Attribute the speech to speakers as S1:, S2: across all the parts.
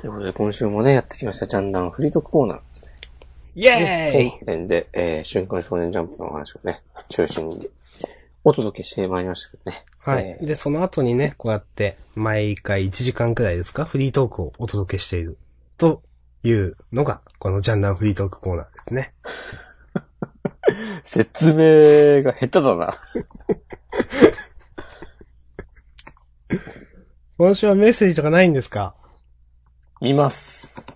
S1: ということで、今週もね、やってきました、ジャンダンフリートコーナー。
S2: イ
S1: ね
S2: ェーイ
S1: 本編で、えー、瞬間少年ジャンプの話をね、中心にお届けしてまいりましたけどね。
S2: はい
S1: え。
S2: で、その後にね、こうやって、毎回1時間くらいですか、フリートークをお届けしている。というのが、このジャンダンフリートークコーナーですね。
S1: ー説明が下手だな。
S2: 今週はメッセージとかないんですか
S1: 見ます。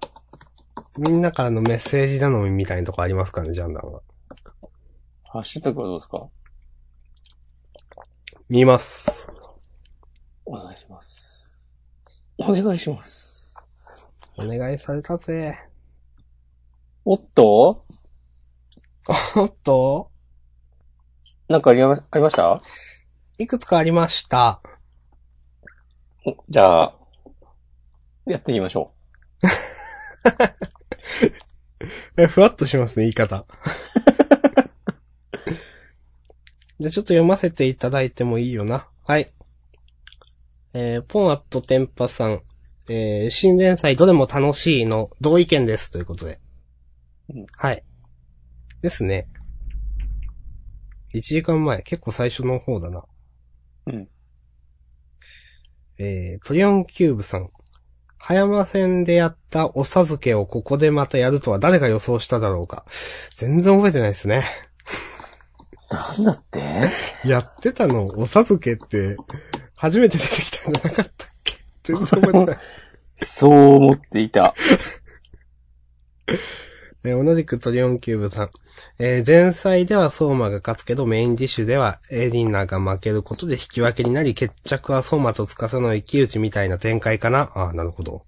S2: みんなからのメッセージ頼みみたいなとこありますかね、ジャンダンは。
S1: ハッシュタグはどうですか
S2: 見ます。
S1: お願いします。お願いします。
S2: お願いされたぜ。
S1: おっと
S2: おっと、
S1: なんかありまありました
S2: いくつかありました。
S1: おじゃあ、やっていきましょ
S2: え、ふわっとしますね、言い方。 じゃあちょっと読ませていただいてもいいよな。はい。えーポンアットテンパさん。えー新連載どれも楽しいの同意見です。ということで
S1: うん。
S2: はい。ですね。1時間前、結構最初の方だな。
S1: うん。
S2: えートリオンキューブさん。葉山戦でやったおさづけをここでまたやるとは誰が予想しただろうか。全然覚えてないですね。
S1: う。なんだって
S2: やってたの、おさづけって、初めて出てきたんじゃなかったっけ全然覚えて ない。
S1: そう思っていた。
S2: えー同じくトリオンキューブさん。えー前菜では相馬が勝つけど、メインディッシュではエリナが負けることで引き分けになり、決着は相馬と司の一騎打ちみたいな展開かな。ああ、なるほど。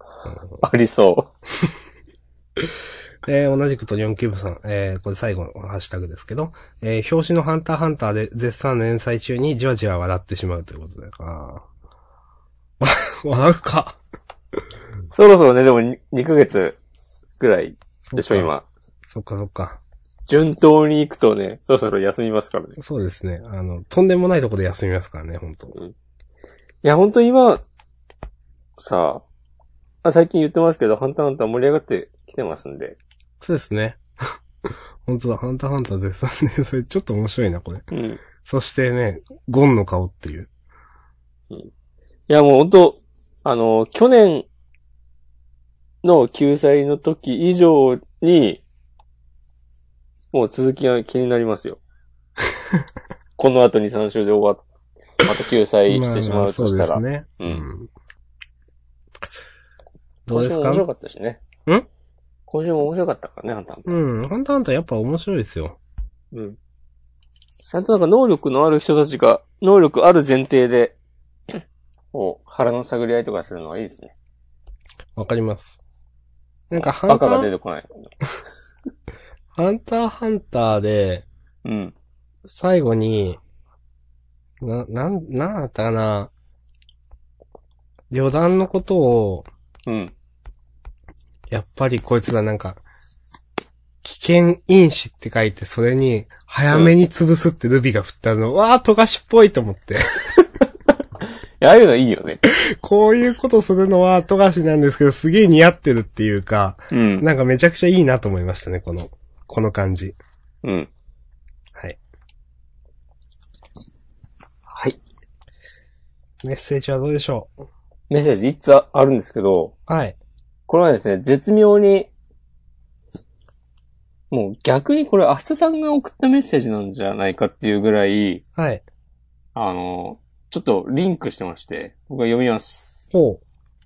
S1: ありそ
S2: えー同じくトリオンキューブさん、えーこれ最後のハッシュタグですけど、えー表紙のハンターハンターで絶賛連載中にじわじわ笑ってしまうということで、あー 笑うか。
S1: う。そろそろね、でも 2, ヶ月ぐらいでしょ、。今。
S2: そっかそっか。
S1: 順当に行くとね、そろそろ休みますからね。
S2: そうですね。あの、とんでもないとこで休みますからね、本当
S1: いや、本当に今、さあ、あ最近言ってますけど、ハンターハンター盛り上がってきてますんで。
S2: そうですね。 本当だ、ハンターハンター絶賛連載、ちょっと面白いな、これ。
S1: うん。い
S2: そしてね、ゴンの顔っていう。
S1: や、もう本当、あの、去年の救済の時以上に、もう続きが気になります よ。この後に3週で終わっ、また救済してしまうとしたら。
S2: まあまあそうですね。
S1: うん
S2: ん。どうです
S1: 今週も面
S2: か
S1: 白かったしね。
S2: ん
S1: 今週も面白かったからね、ハンターハンター。
S2: うん。ハンターハンターやっぱ面白いですよ。
S1: うん。ちゃんとなんか能力のある人たちが、能力ある前提 で、こう、腹の探り合いとかするのはいいですね。
S2: わかります。なんかハ
S1: バ
S2: ンタ
S1: カが出
S2: ー、
S1: てこない。
S2: ハンターハンターで、
S1: うん。
S2: 最後に、な、なん、なんだったかな。旅団のことを、
S1: うん。
S2: やっぱりこいつらなんか、危険因子って書いて、それに、早めに潰すってルビが振ったの、わー、富樫っぽいと思って。
S1: いや、ああいうのいいよね。
S2: こういうことするのは富樫なんですけど、すげえ似合ってるっていうか、
S1: うん。
S2: なんかめちゃくちゃいいなと思いましたね、この、この感じ。
S1: うん。
S2: はい。
S1: はい。
S2: メッセージはどうでしょう
S1: メッセージいつあるんですけど、
S2: はい。
S1: これはですね、絶妙に、もう逆にこれ、アスさんが送ったメッセージなんじゃないかっていうぐらい、
S2: はい。
S1: あの、ちょっとリンクしてまして、僕は読みます。
S2: ほ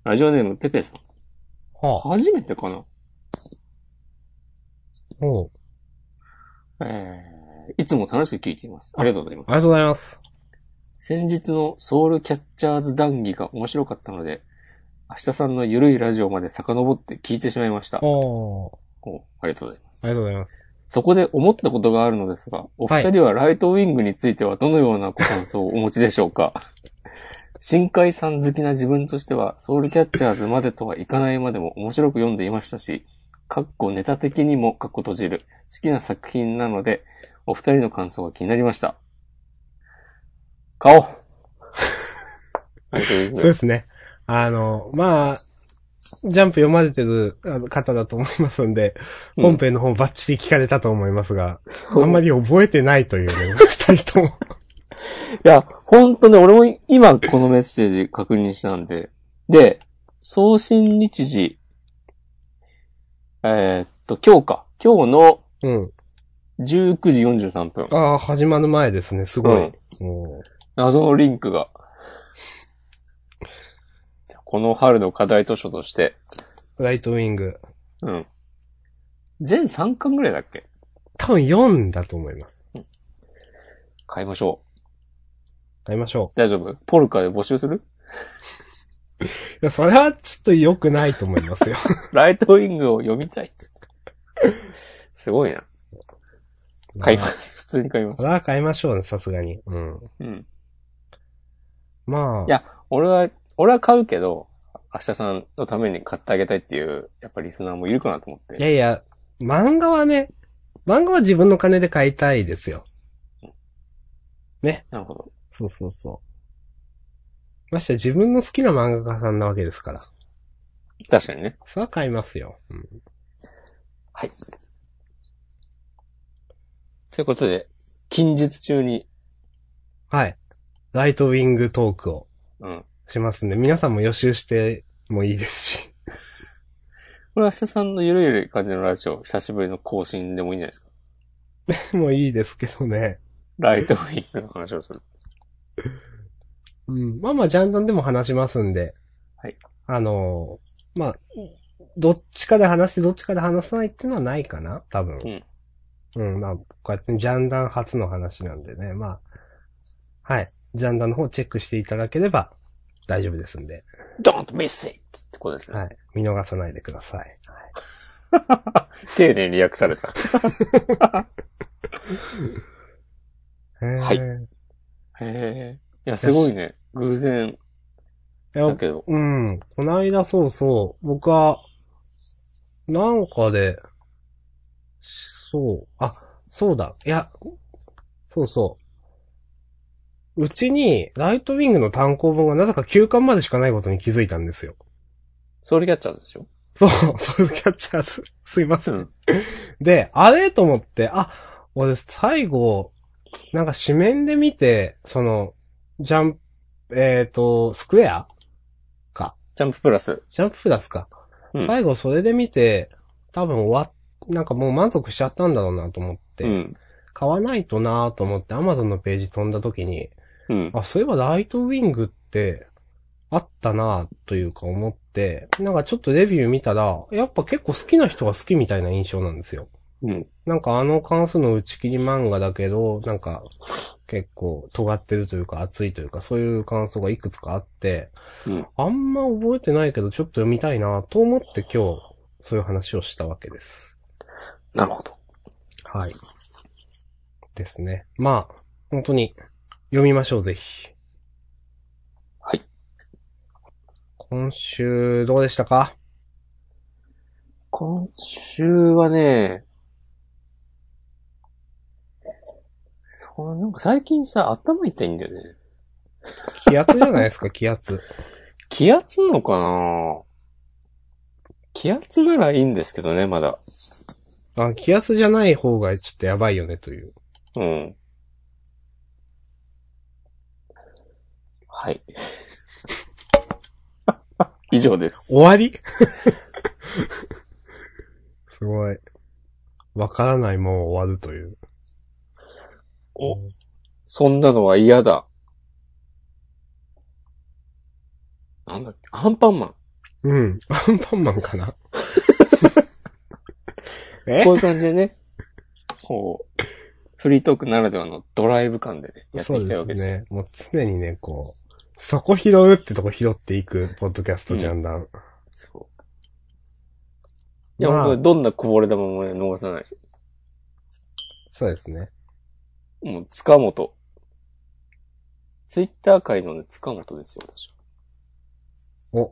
S1: ラジオネームペペさん。
S2: う。はあ。
S1: 初めてかな
S2: ほう。
S1: えーいつも楽しく聞いています。ありがとうございます。
S2: ありがとうございます。
S1: 先日のソウルキャッチャーズ談義が面白かったので、明日さんのゆるいラジオまで遡って聞いてしまいました。
S2: おー。
S1: おありがとうございます。
S2: ありがとうございます。
S1: そこで思ったことがあるのですが、お二人はライトウィングについてはどのようなご感想をお持ちでしょうか 深海さん好きな自分としては、ソウルキャッチャーズまでとはいかないまでも面白く読んでいましたし、かっこネタ的にもかっこ閉じる、好きな作品なので、お二人の感想が気になりました。 顔ライトウィン
S2: そう
S1: グ
S2: で。すね。あの、まあ、ジャンプ読まれてるあの方だと思いますんで、
S1: うん
S2: 本編の方バッチリ聞かれたと思いますが、あんまり覚えてないというね、 二人とも。
S1: いや、ほんとね、俺も今このメッセージ確認したんで。で、送信日時、えーっと、今日か。今日の
S2: うん。
S1: 19時43分。
S2: ああ、始まる前ですね、すごい。
S1: うん
S2: も
S1: 謎のリンクが。じゃあこの春の課題図書として、
S2: うライトウィング。
S1: うん。全3巻ぐらいだっけ
S2: 多分4だと思います。
S1: 買いましょ
S2: 買いましょ
S1: う。大丈夫ポルカで募集する
S2: う。いや、それはちょっと良くないと思いますよ。
S1: ライトウィングを読みたいっつって。すごいな。 買いま
S2: まあ
S1: す。普通に買いま
S2: そ
S1: す
S2: れ。は買い ましょうね、さすがに。うん。
S1: うん。
S2: まあ。
S1: いや、俺は、俺は買うけど、明日さんのために買ってあげたいっていう、やっぱりリスナーもいるかなと思って。
S2: いやいや、漫画はね、漫画は自分の金で買いたいですよ。
S1: なるほど。
S2: そうそうそう。ましてや自分の好きな漫画家さんなわけですから。
S1: 確かにね。
S2: それは買いますよ。うん。
S1: はい。ということで、近日中に、
S2: はい。ライトウィングトークを
S1: うん。
S2: しますんで、皆さんも予習してもいいですし。
S1: これは明日さんのゆるゆるい感じのラジオ、久しぶりの更新でもいいんじゃないですか。
S2: もういいですけどね。
S1: ライトウィングの話を する。
S2: うん。まあまあ、ジャンダンでも話しますんで。
S1: はい。
S2: あのーまあ、どっちかで話してどっちかで話さないっていうのはないかな多分。
S1: うん。
S2: うん、まあ、こうやってジャンダン初の話なんでね、まあ、はい。ジャンダンの方チェックしていただければ大丈夫ですんで、
S1: Don't miss it! ってことですね。
S2: はい。見逃さないでください。
S1: 丁寧に訳された。
S2: は
S1: はいい
S2: へー。
S1: へえ。いや、すごいね。偶然
S2: いや
S1: だけど。
S2: うん。こないだそうそう。僕は、なんかで、そう。あ、そうだ。いや、そうそう。うちに、ライトウィングの単行本がなぜか9巻までしかないことに気づいたんですよ。
S1: ソウルキャッチャーでしょ
S2: そう、 ソウルキャッチャーズ。 すいません。
S1: ん。
S2: で、あれと思って、あ、俺最後、なんか紙面で見て、その、ジャンプ、えっ、と、スクエア
S1: ジャンププラス。
S2: ジャンププラスか。
S1: うん
S2: 最後それで見て、多分終わっ、なんかもう満足しちゃったんだろうなと思って、
S1: うん。
S2: 買わないとなと思って、アマゾンのページ飛んだ時に、
S1: うん。
S2: あ、そういえばライトウィングって、あったなというか思って、なんかちょっとレビュー見たら、やっぱ結構好きな人が好きみたいな印象なんですよ。
S1: うん。
S2: なんかあの関数の打ち切り漫画だけど、なんか結構尖ってるというか熱いというかそういう感想がいくつかあって、
S1: うん
S2: あんま覚えてないけどちょっと読みたいなと思って今日そういう話をしたわけです。
S1: なるほど。
S2: はい。ですね。まあ、本当に読みましょうぜひ。
S1: はい。
S2: 今週どうでしたか
S1: 今週はね、そう、なんか最近さ、頭痛いんだよね。
S2: 気圧じゃないですか気圧。
S1: 気圧なのかな気圧ならいいんですけどね、まだ。
S2: あ、気圧じゃない方がちょっとやばいよねという。
S1: うん。はい。 以上です。
S2: 終わり すごい。わからないもん終わるという。
S1: おそんなのは嫌だ。なんだっけアンパンマン。
S2: うん。アンパンマンか なえ
S1: こういう感じでね、こう、フリートークならではのドライブ感でね、やって
S2: そ
S1: いき
S2: う
S1: たい
S2: で
S1: わ
S2: す
S1: けですよ。
S2: ね。もう常にね、こう、そこ拾うってとこ拾っていく、ポッドキャストジャンダン。
S1: そういや、
S2: まあ
S1: 本当にどんなこぼれ玉もね、逃さない。
S2: そうですね。
S1: もう、塚本。ツイッター界のね、塚本ですよ、私は。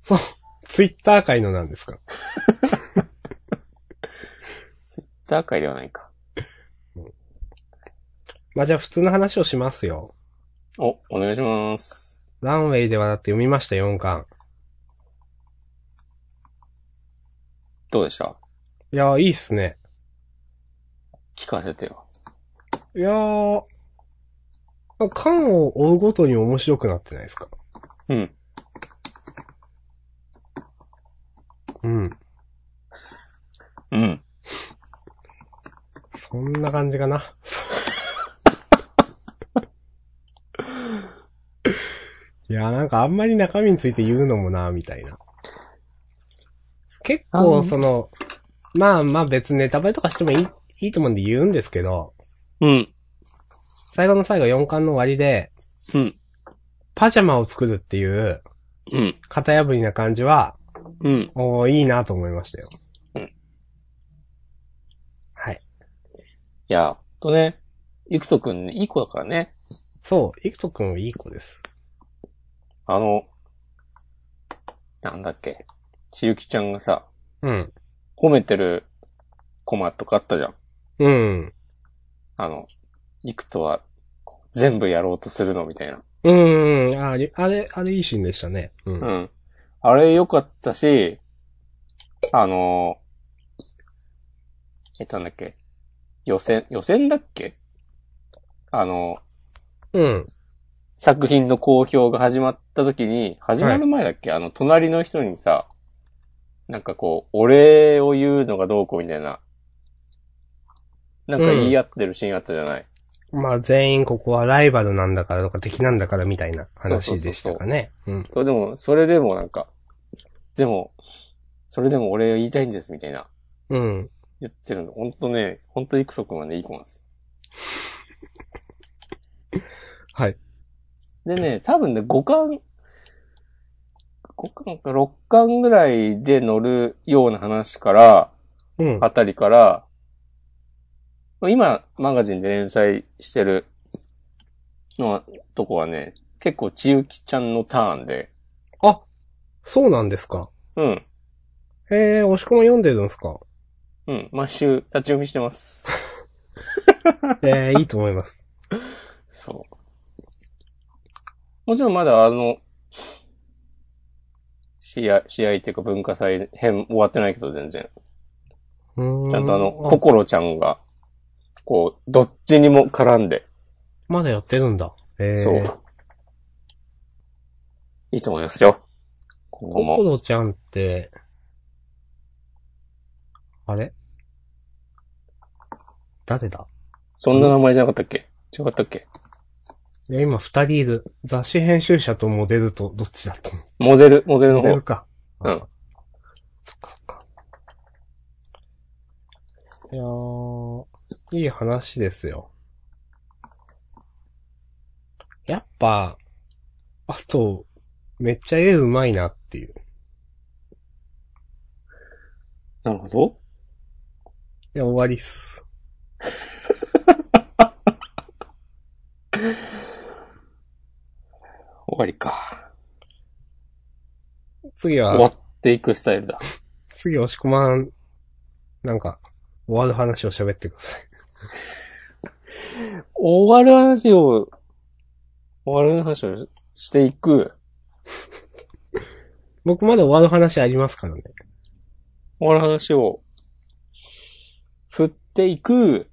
S2: そう。ツイッター界のなんですか
S1: ツイッター界ではないか。
S2: まあ、じゃあ普通の話をしますよ。
S1: お、お願いします。
S2: ランウェイではだって読みました、4巻。
S1: どうでした
S2: いやー、いいっすね。
S1: 聞かせてよ。
S2: いやー、あ缶を追うごとに面白くなってないですか
S1: うん。
S2: うん。
S1: うん。
S2: そんな感じかな。いや、なんかあんまり中身について言うのもな、みたいな。結
S1: あ
S2: 構、
S1: の
S2: その、まあまあ別にネタバレとかしてもいいいいと思うんで言うんですけど、
S1: うん。
S2: 最後の最後4巻の終わりで、
S1: うん。
S2: パジャマを作るっていう、
S1: うん。
S2: 型破りな感じは、
S1: うん。
S2: おーいいなと思いましたよ。
S1: うん
S2: はい。
S1: いや、ほんとね、ゆくとくんね、いい子だからね。
S2: そう、イクト君はいい子です。
S1: あの、なんだっけ。ちゆきちゃんがさ、
S2: うん。
S1: 褒めてるコマとかあったじゃん。
S2: うん。
S1: あの、いくとは、こう全部やろうとするのみたいな。
S2: うんうん、あれ、あれ、あれいいシーンでしたね。うん。
S1: う
S2: うん、
S1: ん。あれ良かったし、あのえっとなんだっけ。予選、予選だっけあの作品の公表が始まった時に、始まる前だっけ、あの、隣の人にさ、なんかこう、お礼を言うのがどうこうみたいな、なんか言い合ってるシーンあったじゃない、
S2: まあ、全員ここはライバルなんだからとか敵なんだからみたいな話でしたかね。うん。
S1: そう、でも、それでもなんか、でも、それでも俺を言いたいんですみたいな、
S2: うん。
S1: 言ってるの。ほんとね、ほんとイクソ君はね、いい子なんですよ。
S2: はい。
S1: でね、多分ね、5巻、5巻か6巻ぐらいで乗るような話から、
S2: うん。
S1: あたりから、今、マガジンで連載してるのは、とこはね、結構ちゆきちゃんのターンで、
S2: あ、そうなんですか。
S1: うん、
S2: えー、押し込ま読んでるんですか。
S1: うん、毎週立ち読みしてます。
S2: えー、いいと思います。
S1: そう。もちろんまだあの、試合、試合っていうか文化祭編終わってないけど全然。
S2: うーん。
S1: ちゃんとあの、ココロちゃんが、こう、どっちにも絡んで、
S2: まだやってるんだ。えー、
S1: そう。いいと思いますよ。今後
S2: ココ
S1: も。
S2: ロちゃんって、あれ誰だ
S1: そんな名前じゃなかったっけ違ったっけ
S2: いや、今二人いる。雑誌編集者とモデルとどっちだと思う
S1: モデル、モデルの
S2: モデ
S1: 方
S2: ル。か。
S1: うん
S2: あ。そっかそっか。いやー、いい話ですよ。やっぱ、あと、めっちゃ絵うまいなっていう。
S1: なるほど。
S2: いや、終わりっす。
S1: 終わりか。
S2: 次
S1: 終わ
S2: は、
S1: っていくスタイルだ。
S2: 次押し込まん、なんか、終わる話を喋ってください。
S1: 終わる話を、終わる話をしていく。
S2: 僕まだ終わる話ありますからね。
S1: 終わる話を、振っていく。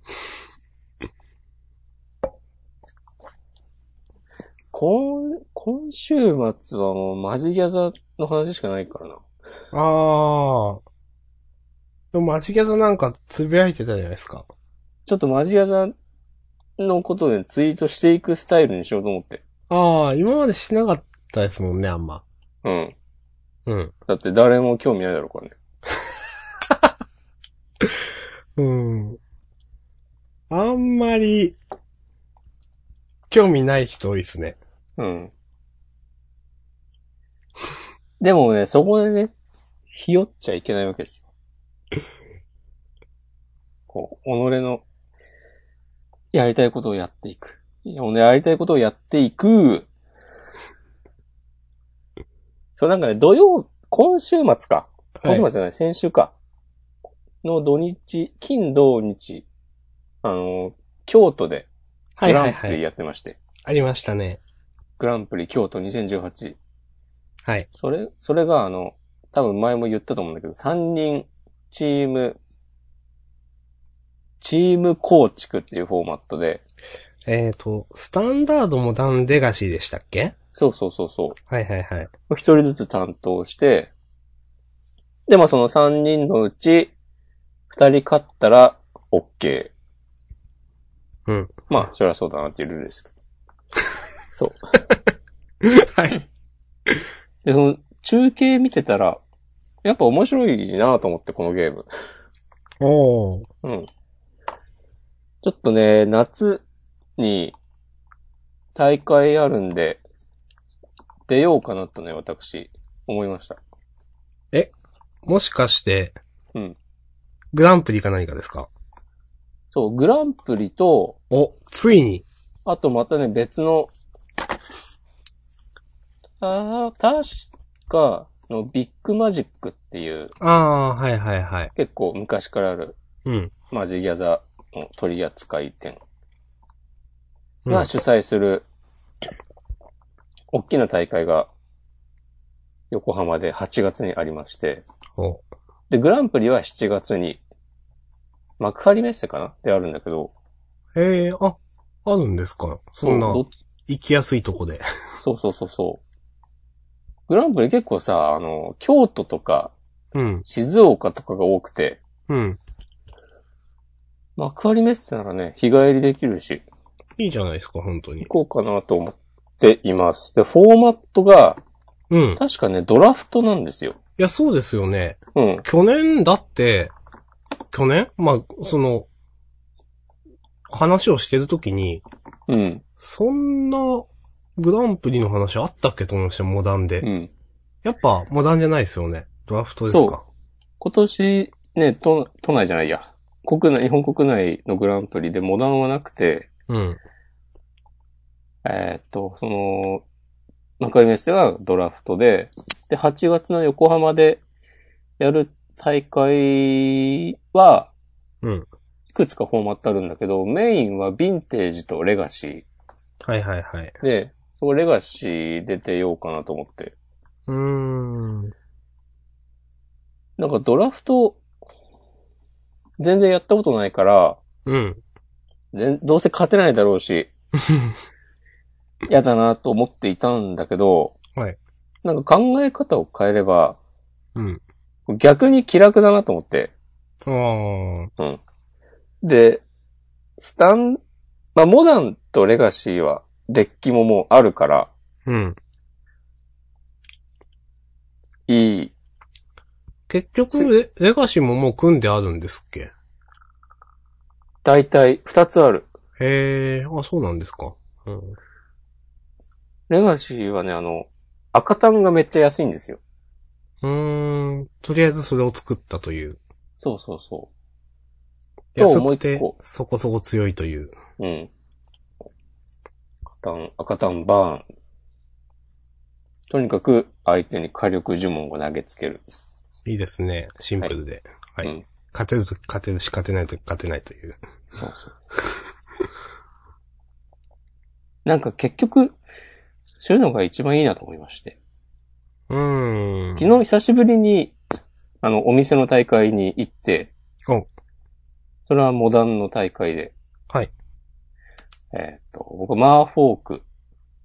S1: 今、今週末はもうマジギャザの話しかないからな。
S2: ああ。でも、マジギャザなんかつぶやいてたじゃないですか。
S1: ちょっとマジギャザのことでツイートしていくスタイルにしようと思って。
S2: ああ、今までしなかったですもんね、あんま。
S1: うん。
S2: うん。
S1: だって誰も興味ないだろうからね。
S2: うん。あんまり、興味ない人多いですね。
S1: うん。でもね、そこでね、ひよっちゃいけないわけですよ。こう、己の、やりたいことをやっていく。いや、俺やりたいことをやっていく。そう、なんかね、土曜、今週末か。今週末じゃない、先週か。の土日、金土日、あの、京都で、
S2: は
S1: グ
S2: い
S1: ラ
S2: は
S1: ン
S2: い
S1: プ
S2: は
S1: リ
S2: い。
S1: やってまして。
S2: ありましたね。
S1: グランプリ京都2018。
S2: はい。
S1: それ、それがあの、多分前も言ったと思うんだけど、3人チーム、チーム構築っていうフォーマットで、
S2: えっ、と、スタンダードもダンレガシーでしたっけ
S1: そうそうそうそう。
S2: はいはいはい。
S1: 一人ずつ担当して、で、まあその三人のうち、二人勝ったら、OK。
S2: うん。
S1: まあ、そりゃそうだなっていうルールですけど。そう。
S2: はい。
S1: で、その、中継見てたら、やっぱ面白いなと思って、このゲーム。
S2: おー。
S1: うん。ちょっとね、夏に大会あるんで、出ようかなとね、私、思いました。
S2: もしかして、
S1: うん。
S2: グランプリか何かですか
S1: そう、グランプリと、
S2: お、ついに。
S1: あとまたね、別の、ああ、確か、のビッグマジックっていう、
S2: ああー、はいはいはい。
S1: 結構昔からある
S2: うん。
S1: マジギャザーの取り扱い店
S2: うん
S1: が主催する、大きな大会が、横浜で8月にありまして、
S2: お
S1: で、グランプリは7月に、幕張メッセかなであるんだけど、
S2: ええあ、あるんですかそんな、
S1: ど
S2: 行きやすいとこで。
S1: そうそうそうそう。グランプリ結構さ、あの、京都とか
S2: うん、
S1: 静岡とかが多くて、
S2: うん。
S1: 幕張メッセならね、日帰りできるし、
S2: いいじゃないですか、本当に。
S1: 行こうかなと思っています。で、フォーマットが、
S2: うん。い
S1: 確かね、ドラフトなんですよ。
S2: や、そうですよね。
S1: うん。
S2: 去年だって、去年まあ、その、話をしてるときに、
S1: うん。
S2: そんな、グランプリの話あったっけと思いました、モダンで
S1: う。ん。
S2: やっぱ、モダンじゃないですよね。ドラフトですか。
S1: 今年、ね、都、都内じゃないや。国内、日本国内のグランプリでモダンはなくて、
S2: うん。
S1: えーっと、その、幕張メッセがドラフトで、で、8月の横浜でやる大会は、
S2: うん。
S1: いくつかフォーマットあるんだけど、メインはヴィンテージとレガシ
S2: はいはいはい。
S1: ー。で、そこレガシー出てようかなと思って。
S2: うーん。
S1: なんかドラフト、全然やったことないから、
S2: うん。
S1: 全どうせ勝てないだろうし、嫌だなと思っていたんだけど、
S2: はい
S1: なんか考え方を変えれば、
S2: うん。
S1: 逆に気楽だなと思って。
S2: あー。
S1: で、スタン、まあ、モダンとレガシーは、デッキももうあるから、
S2: うん。
S1: いい。
S2: 結局レ、レガシーももう組んであるんですっけ
S1: だいたい二つある。
S2: へえ、あ、そうなんですか。うん。
S1: レガシーはね、あの、赤単がめっちゃ安いんですよ。
S2: うーん。とりあえずそれを作ったという。
S1: そうそうそと
S2: 安
S1: もう
S2: く
S1: 一
S2: て
S1: 個、
S2: そこそこ強いという。
S1: う。うん。赤単、赤単バーン。とにかく、相手に火力呪文を投げつける。
S2: いいですね。シンプルで。はい。
S1: うん
S2: 勝てるとき勝てるし、勝てないとき勝てないという。
S1: そうそう。 なんか結局、そういうのが一番いいなと思いまして。
S2: うーん。
S1: 昨日久しぶりに、あの、お店の大会に行って、
S2: お
S1: それはモダンの大会で。
S2: はい。
S1: えーっと、僕、マーフォーク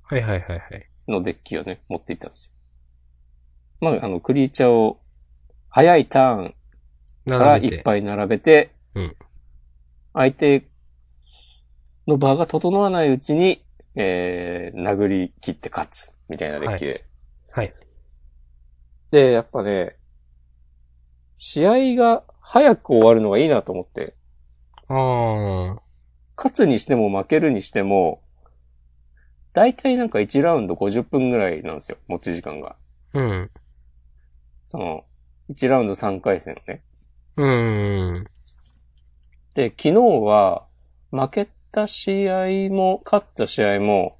S2: はいはいはいはい。
S1: のデッキをね、持って行ったんですよ。まあ、あの、クリーチャーを、早いターンから
S2: 並べ。
S1: いってぱい並べて、
S2: うん
S1: 相手の場が整わないうちに、えー、殴り切って勝つ、みたいなデッキで。
S2: はいはい
S1: で、やっぱね、試合が早く終わるのがいいなと思って、
S2: あー。
S1: 勝つにしても負けるにしても、だいたいなんか1ラウンド50分ぐらいなんですよ、持ち時間が。
S2: うん。
S1: その、1ラウンド3回戦をね。
S2: うーん。
S1: で、昨日は、負けた試合も、勝った試合も、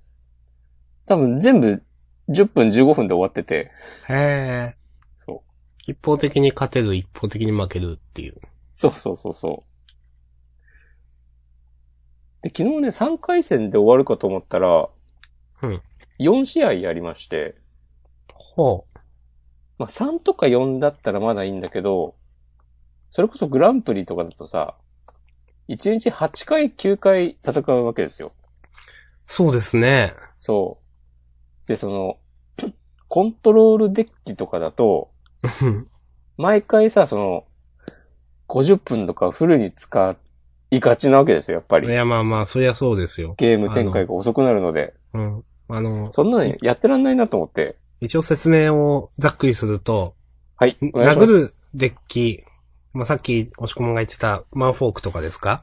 S1: 多分全部10分15分で終わってて、
S2: へえ。
S1: そ
S2: 一方的に勝てる、一方的に負けるっていう。
S1: そうそうそうそう。で、昨日ね、3回戦で終わるかと思ったら、
S2: うん
S1: 4試合やりまして、
S2: ほ
S1: まあ3とか4だったらまだいいんだけど、それこそグランプリとかだとさ、1日8回、9回戦うわけですよ。
S2: そうですね。
S1: そう。で、その、 コントロールデッキとかだと、毎回さ、その、50分とかフルに使いがちなわけですよ、やっぱ
S2: い
S1: り。
S2: や、まあまあ、そりゃそうですよ。
S1: ゲーム展開が遅くなるので。
S2: うん。あの、
S1: そんなのやってらんないなと思って。
S2: 一応説明をざっくりすると、
S1: はい。お願いしま
S2: 殴
S1: す
S2: るデッキ、まあ、さっき、押し込むが言ってた、マンフォークとかですか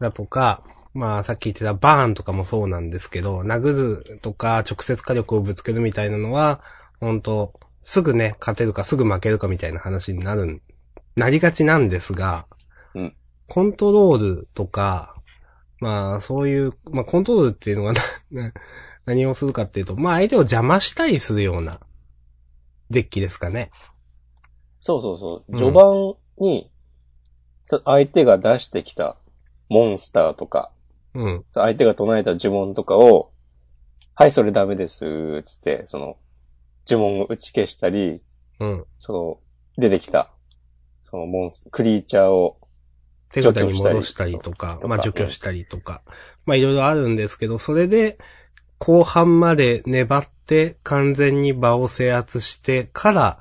S2: だとか、まあ、さっき言ってたバーンとかもそうなんですけど、殴るとか、直接火力をぶつけるみたいなのは、本当すぐね、勝てるかすぐ負けるかみたいな話になるん、なりがちなんですが、
S1: うん
S2: コントロールとか、まあ、そういう、まあ、コントロールっていうのは な何をするかっていうと、まあ、相手を邪魔したりするような、デッキですかね。
S1: そうそうそうう。
S2: ん
S1: 序盤に、そ相手が出してきたモンスターとか、
S2: うん。
S1: 相手が唱えた呪文とかを、はい、それダメです、つって、その、呪文を打ち消したり、
S2: うん。
S1: その、出てきた、そのモンス、クリーチャーを、
S2: 手札に戻したりとか
S1: 除去したりと、か
S2: まあ除去したりとか、まあいろいろあるんですけど、それで、後半まで粘って完全に場を制圧してから、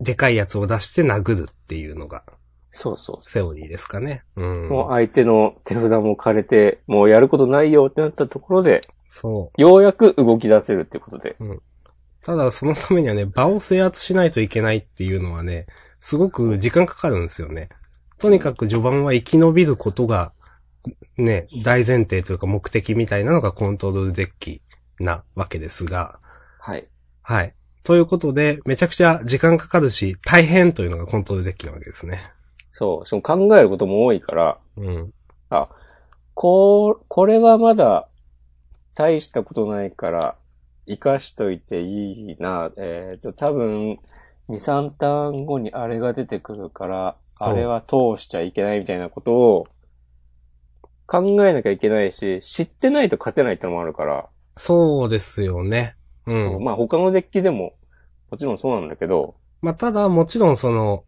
S2: でかいやつを出して殴るっていうのが、
S1: そうそう
S2: セオリーですかね。うん。
S1: もう相手の手札も枯れて、もうやることないよってなったところで、
S2: そう。
S1: ようやく動き出せるってことで。
S2: ただそのためにはね、場を制圧しないといけないっていうのはね、すごく時間かかるんですよね。とにかく序盤は生き延びることが、ね、大前提というか目的みたいなのがコントロールデッキなわけですが、
S1: はい。
S2: はい。ということで、めちゃくちゃ時間かかるし、大変というのがコントロールデッキなわけですね。
S1: そう。しかも考えることも多いから、
S2: うん。
S1: あ、こう、これはまだ、大したことないから、活かしといていいな。えっ、と、多分、2、3ターン後にあれが出てくるから、
S2: そう
S1: あれは通しちゃいけないみたいなことを、考えなきゃいけないし、知ってないと勝てないってのもあるから、
S2: そうですよね。うん。
S1: まあ他のデッキでも、もちろんそうなんだけど、
S2: まあ、ただ、もちろんその、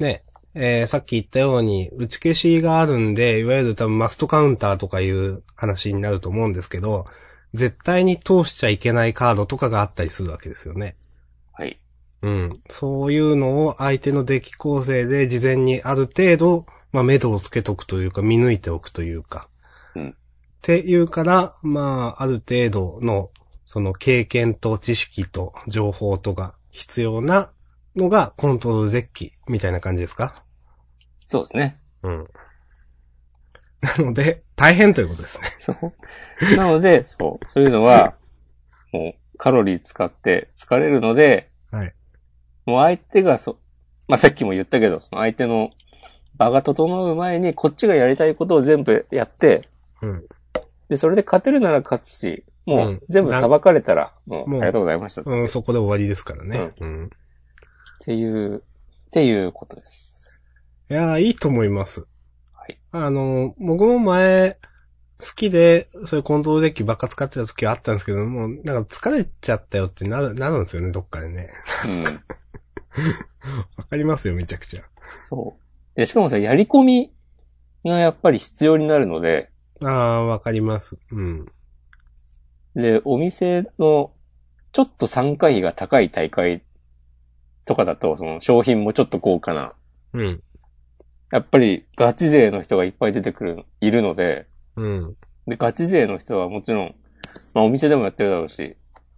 S2: ね、えー、さっき言ったように、打ち消しがあるんで、いわゆる多分マストカウンターとかいう話になると思うんですけど、絶対に通しちゃいけないカードとかがあったりするわけですよね。
S1: はい。
S2: うん。そういうのを相手のデッキ構成で事前にある程度、まあ、目処をつけとくというか、見抜いておくというか。
S1: うん
S2: っていうから、まあ、ある程度の、その経験と知識と情報とが必要なのがコントロールデッキみたいな感じですか
S1: そうですね。
S2: うん。なので、大変ということですね。
S1: そう。なの で、そう。そういうのは、もう、カロリー使って疲れるので、
S2: はい。
S1: もう相手がそ、まあ、さっきも言ったけど、その相手の場が整う前に、こっちがやりたいことを全部やって、
S2: うん。
S1: で、それで勝てるなら勝つし、も
S2: うん
S1: う、全部裁かれたら、もう、
S2: も
S1: あ
S2: う
S1: りがとうございましたっつって。
S2: うん、そこで終わりですからね。うん。
S1: っていう、っていうことです。
S2: いやー、いいと思います。
S1: はい。
S2: あの、僕も前、好きで、そういうコントロールデッキばっか使ってた時はあったんですけども、なんか疲れちゃったよってなる、なるんですよね、どっかでね。
S1: うん。
S2: わかりますよ、めちゃくちゃ。
S1: そう。で、しかもさ、やり込みがやっぱり必要になるので、
S2: ああ、わかります。うん。
S1: で、お店の、ちょっと参加費が高い大会とかだと、その商品もちょっと高価な、
S2: うん。
S1: やっぱりガチ勢の人がいっぱい出てくる、いるので、
S2: うん。
S1: で、ガチ勢の人はもちろん、まあお店でもやってるだろうし、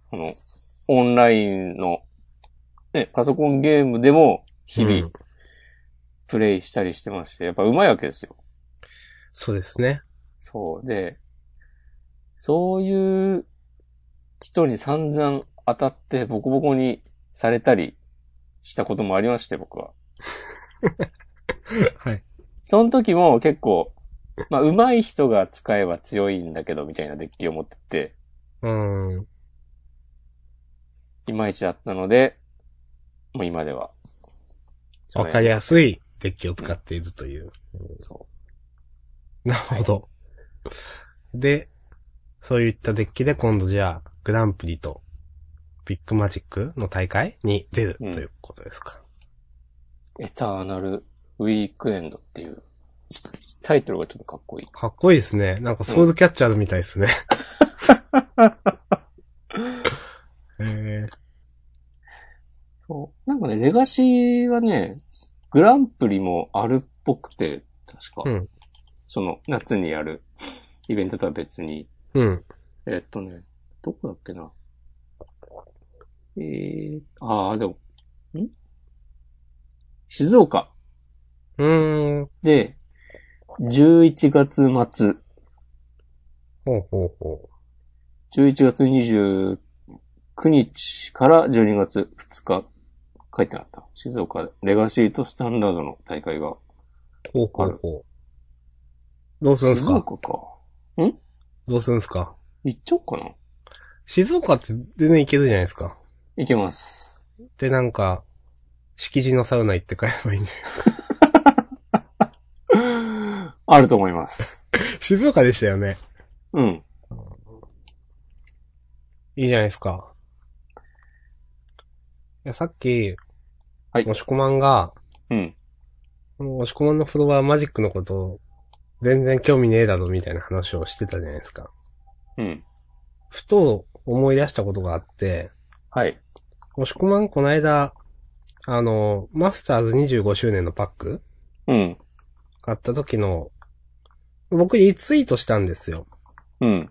S1: この、オンラインの、ね、パソコンゲームでも日
S2: う
S1: 々
S2: ん
S1: プレイしたりしてまして、やっぱ上手いわけですよ。
S2: そうですね。
S1: そう。で、そういう人に散々当たってボコボコにされたりしたこともありまして、僕は。
S2: はい。
S1: その時も結構、まあ、上手い人が使えば強いんだけど、みたいなデッキを持ってて、
S2: うん。
S1: いまいちだったので、もう今では。
S2: わかりやすいデッキを使っているという。
S1: そ
S2: なるほど。で、そういったデッキで今度じゃあ、グランプリとビッグマジックの大会に出るということですか。
S1: う。エターナルウィークエンドっていう、タイトルがちょっとかっこいい。
S2: かっこいいですね。なんかソードキャッチャーズみたいですね。 え
S1: そう。なんかね、レガシーはね、グランプリもあるっぽくて、確か。
S2: うん
S1: その、夏にやるイベントとは別に。
S2: ー、うん。
S1: えっとね、どこだっけな。えー、ああ、でも、ん静岡
S2: うーん。
S1: で、11月末、
S2: ほうほうほ
S1: 11月29日から12月2日、書いてあった。静岡で、レガシーとスタンダードの大会が。
S2: う。ほうほうほう。どうするんす
S1: 静
S2: か
S1: 岡か。
S2: どうするんすか
S1: 行っちゃおうかな。
S2: 静岡って全然行けるじゃないですか。
S1: 行けます。
S2: で、なんか、敷地のサウナ行って帰ればいい んじゃない
S1: あると思います。
S2: 静岡でしたよね。
S1: うん。
S2: いいじゃないですか。いや、さっき、
S1: はい
S2: もしこまんが、
S1: うん。
S2: 押し込まんのフォロワーマジックのこと、全然興味ねえだろみたいな話をしてたじゃないですか。
S1: うん。
S2: ふと思い出したことがあって、
S1: はい。
S2: 押し込まんこの間、あの、マスターズ25周年のパック
S1: うん。
S2: 買った時の、僕リツイートしたんですよ。
S1: うん。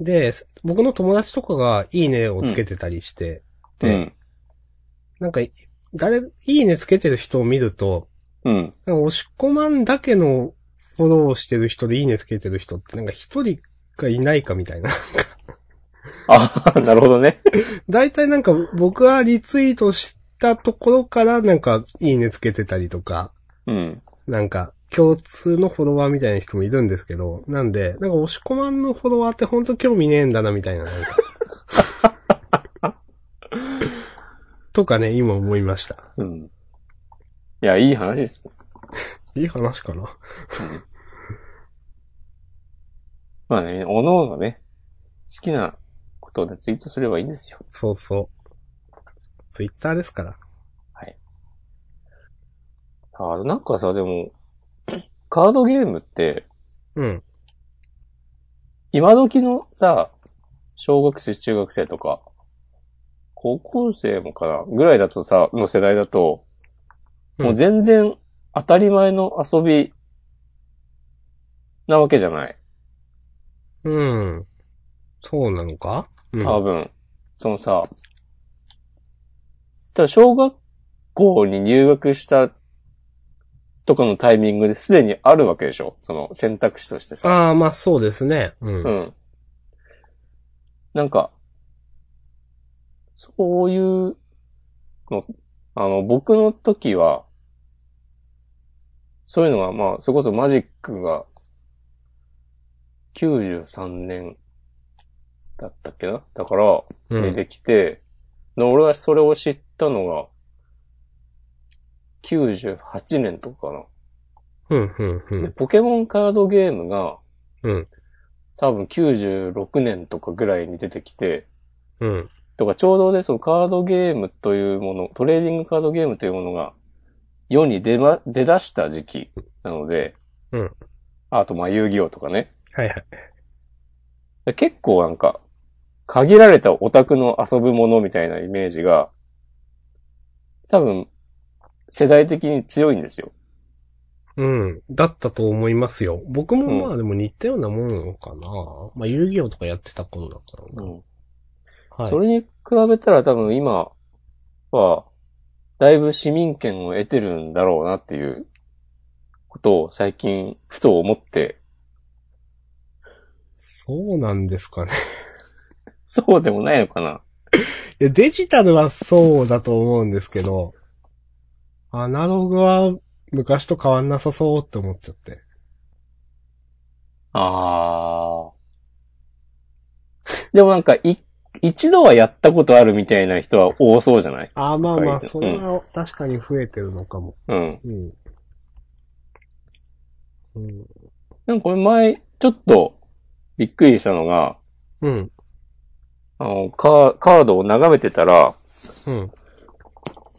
S2: で、僕の友達とかがいいねをつけてたりして、
S1: う
S2: で
S1: ん。
S2: なんか、誰、いいねつけてる人を見ると、
S1: うん。
S2: なんか押し込まんだけのフォローしてる人でいいねつけてる人ってなんか一人かいないかみたいな。
S1: あ、なるほどね。
S2: 大体なんか僕はリツイートしたところからなんかいいねつけてたりとか、
S1: うん。
S2: なんか共通のフォロワーみたいな人もいるんですけど、なんで、なんか押し込まんのフォロワーってほんと興味ねえんだなみたいな、なんか。 とかね、今思いました。
S1: うん。いや、いい話です。
S2: いい話かな
S1: まあね、おのおのね、好きなことでツイートすればいいんですよ。
S2: そうそう。ツイッターですから。
S1: あなんかさ、でも、カードゲームって、
S2: うん。
S1: 今時のさ、小学生、中学生とか、高校生もかなぐらいだとさ、の世代だと、
S2: うん
S1: もう全然当たり前の遊びなわけじゃない。
S2: うん。そうなのかうん。
S1: 多分。そのさ、ただ小学校に入学したとかのタイミングですでにあるわけでしょその選択肢としてさ。
S2: ああ、まあそうですね。うん。
S1: う。ん。なんか、そういうの、あの、僕の時は、そういうのが、まあ、それこそマジックが、93年だったっけなだから、
S2: うん
S1: 出てきて、で俺はそれを知ったのが、98年とかかな。
S2: うん、うん、う
S1: で、
S2: ん。
S1: ポケモンカードゲームが、
S2: うん
S1: 多分96年とかぐらいに出てきて、
S2: うん。
S1: とかちょうどね、そのカードゲームというもの、トレーディングカードゲームというものが世に出ま、出だした時期なので、
S2: うん
S1: あと、まあ、遊戯王とかね。
S2: はいはい。
S1: で結構なんか、限られたオタクの遊ぶものみたいなイメージが、多分、世代的に強いんですよ。
S2: うん。だったと思いますよ。僕もま
S1: う
S2: あでも似たようなものかな。まあ遊戯王とかやってた頃だからな。はい。
S1: それに比べたら多分今は、だいぶ市民権を得てるんだろうなっていうことを最近ふと思って、
S2: そうなんですかね。
S1: そうでもないのかない
S2: や、デジタルはそうだと思うんですけど、アナログは昔と変わんなさそうって思っちゃって。
S1: あー。 でもなんかい、一度はやったことあるみたいな人は多そうじゃない
S2: ああ、まあまあ、
S1: うん
S2: それは確かに増えてるのかも。
S1: うん。
S2: うん。うん。
S1: なんかこれ前、ちょっとびっくりしたのが、
S2: うん。
S1: あの、カーカードを眺めてたら、
S2: うん。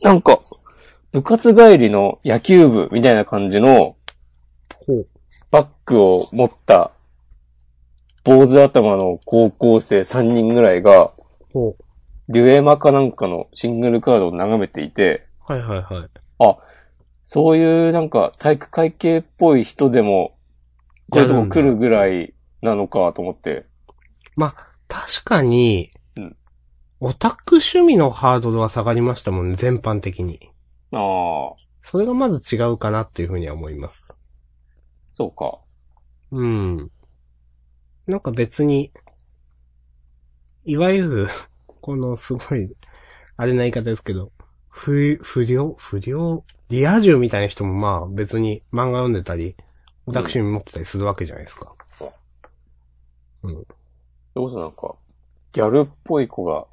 S1: なんか、部活帰りの野球部みたいな感じの
S2: ほう。
S1: バッグを持った坊主頭の高校生3人ぐらいが、
S2: ほう。
S1: デュエマかなんかのシングルカードを眺めていて、
S2: はいはいはい。
S1: そういうなんか体育会系っぽい人でも、こういうとこ来るぐらいなのかと思って。
S2: まあ、確かに、
S1: うん
S2: オタク趣味のハードルは下がりましたもんね、全般的に。
S1: ああ、
S2: それがまず違うかなっていうふうには思います。
S1: そうか。
S2: うん。なんか別に、いわゆる、このすごい、あれな言い方ですけど、不、不良、不良、リア充みたいな人もまあ別に漫画読んでたり、オタク趣味持ってたりするわけじゃないですか。
S1: それこそなんか、ギャルっぽい子が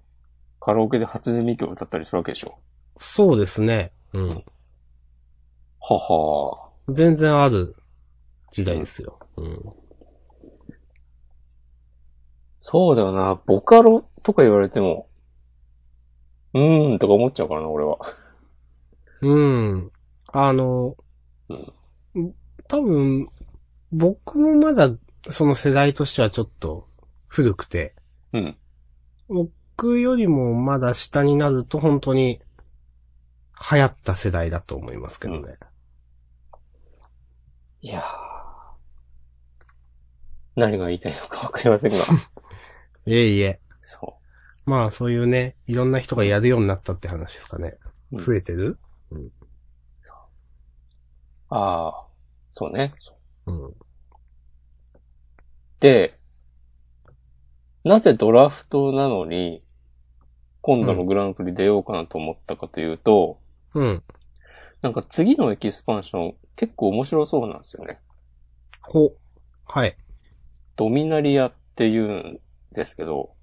S1: カラオケで初音ミクを歌ったりするわけでしょ。
S2: そうですね。うん。
S1: はは
S2: 全然ある時代ですよ。うん。
S1: そうだよな。ボカロとか言われても、うーんとか思っちゃうからな、俺は。
S2: うん。あの、
S1: うん
S2: 多分、僕もまだ、その世代としてはちょっと古くて、
S1: うん。
S2: 僕よりもまだ下になると本当に流行った世代だと思いますけどね。
S1: いやー何が言いたいのかわかりま せんが。
S2: いえいえ。
S1: そ
S2: まあそういうね、いろんな人がやるようになったって話ですかね。
S1: うん
S2: 増えてる
S1: う。ああ、そうね。
S2: うん。
S1: で、なぜドラフトなのに、今度のグランプリ出ようかなと思ったかというと、
S2: うん。
S1: なんか次のエキスパンション結構面白そうなんですよね。
S2: ほ。はい。
S1: ドミナリアっていうんですけど、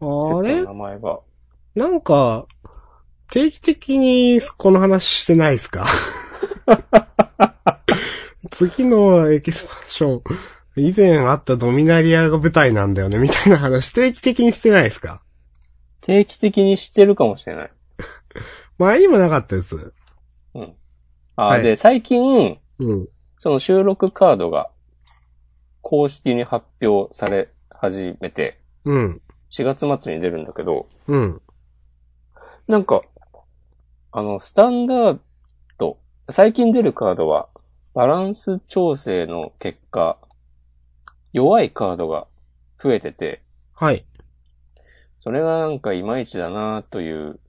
S2: あ
S1: セッ
S2: れ
S1: トの名前が。
S2: なんか、定期的にこの話してないで すか次のエキスパンション、以前あったドミナリアが舞台なんだよね、みたいな話定期的にしてないですか
S1: 定期的にしてるかもしれない。
S2: 前にもなかったです。
S1: あー、
S2: はい
S1: で、最近、
S2: うん。
S1: その収録カードが公式に発表され始めて、
S2: うん。
S1: 4月末に出るんだけど、
S2: うん。
S1: なんか、あの、スタンダード、最近出るカードは、バランス調整の結果、弱いカードが増えてて、
S2: はい。
S1: それがなんかいまいちだなという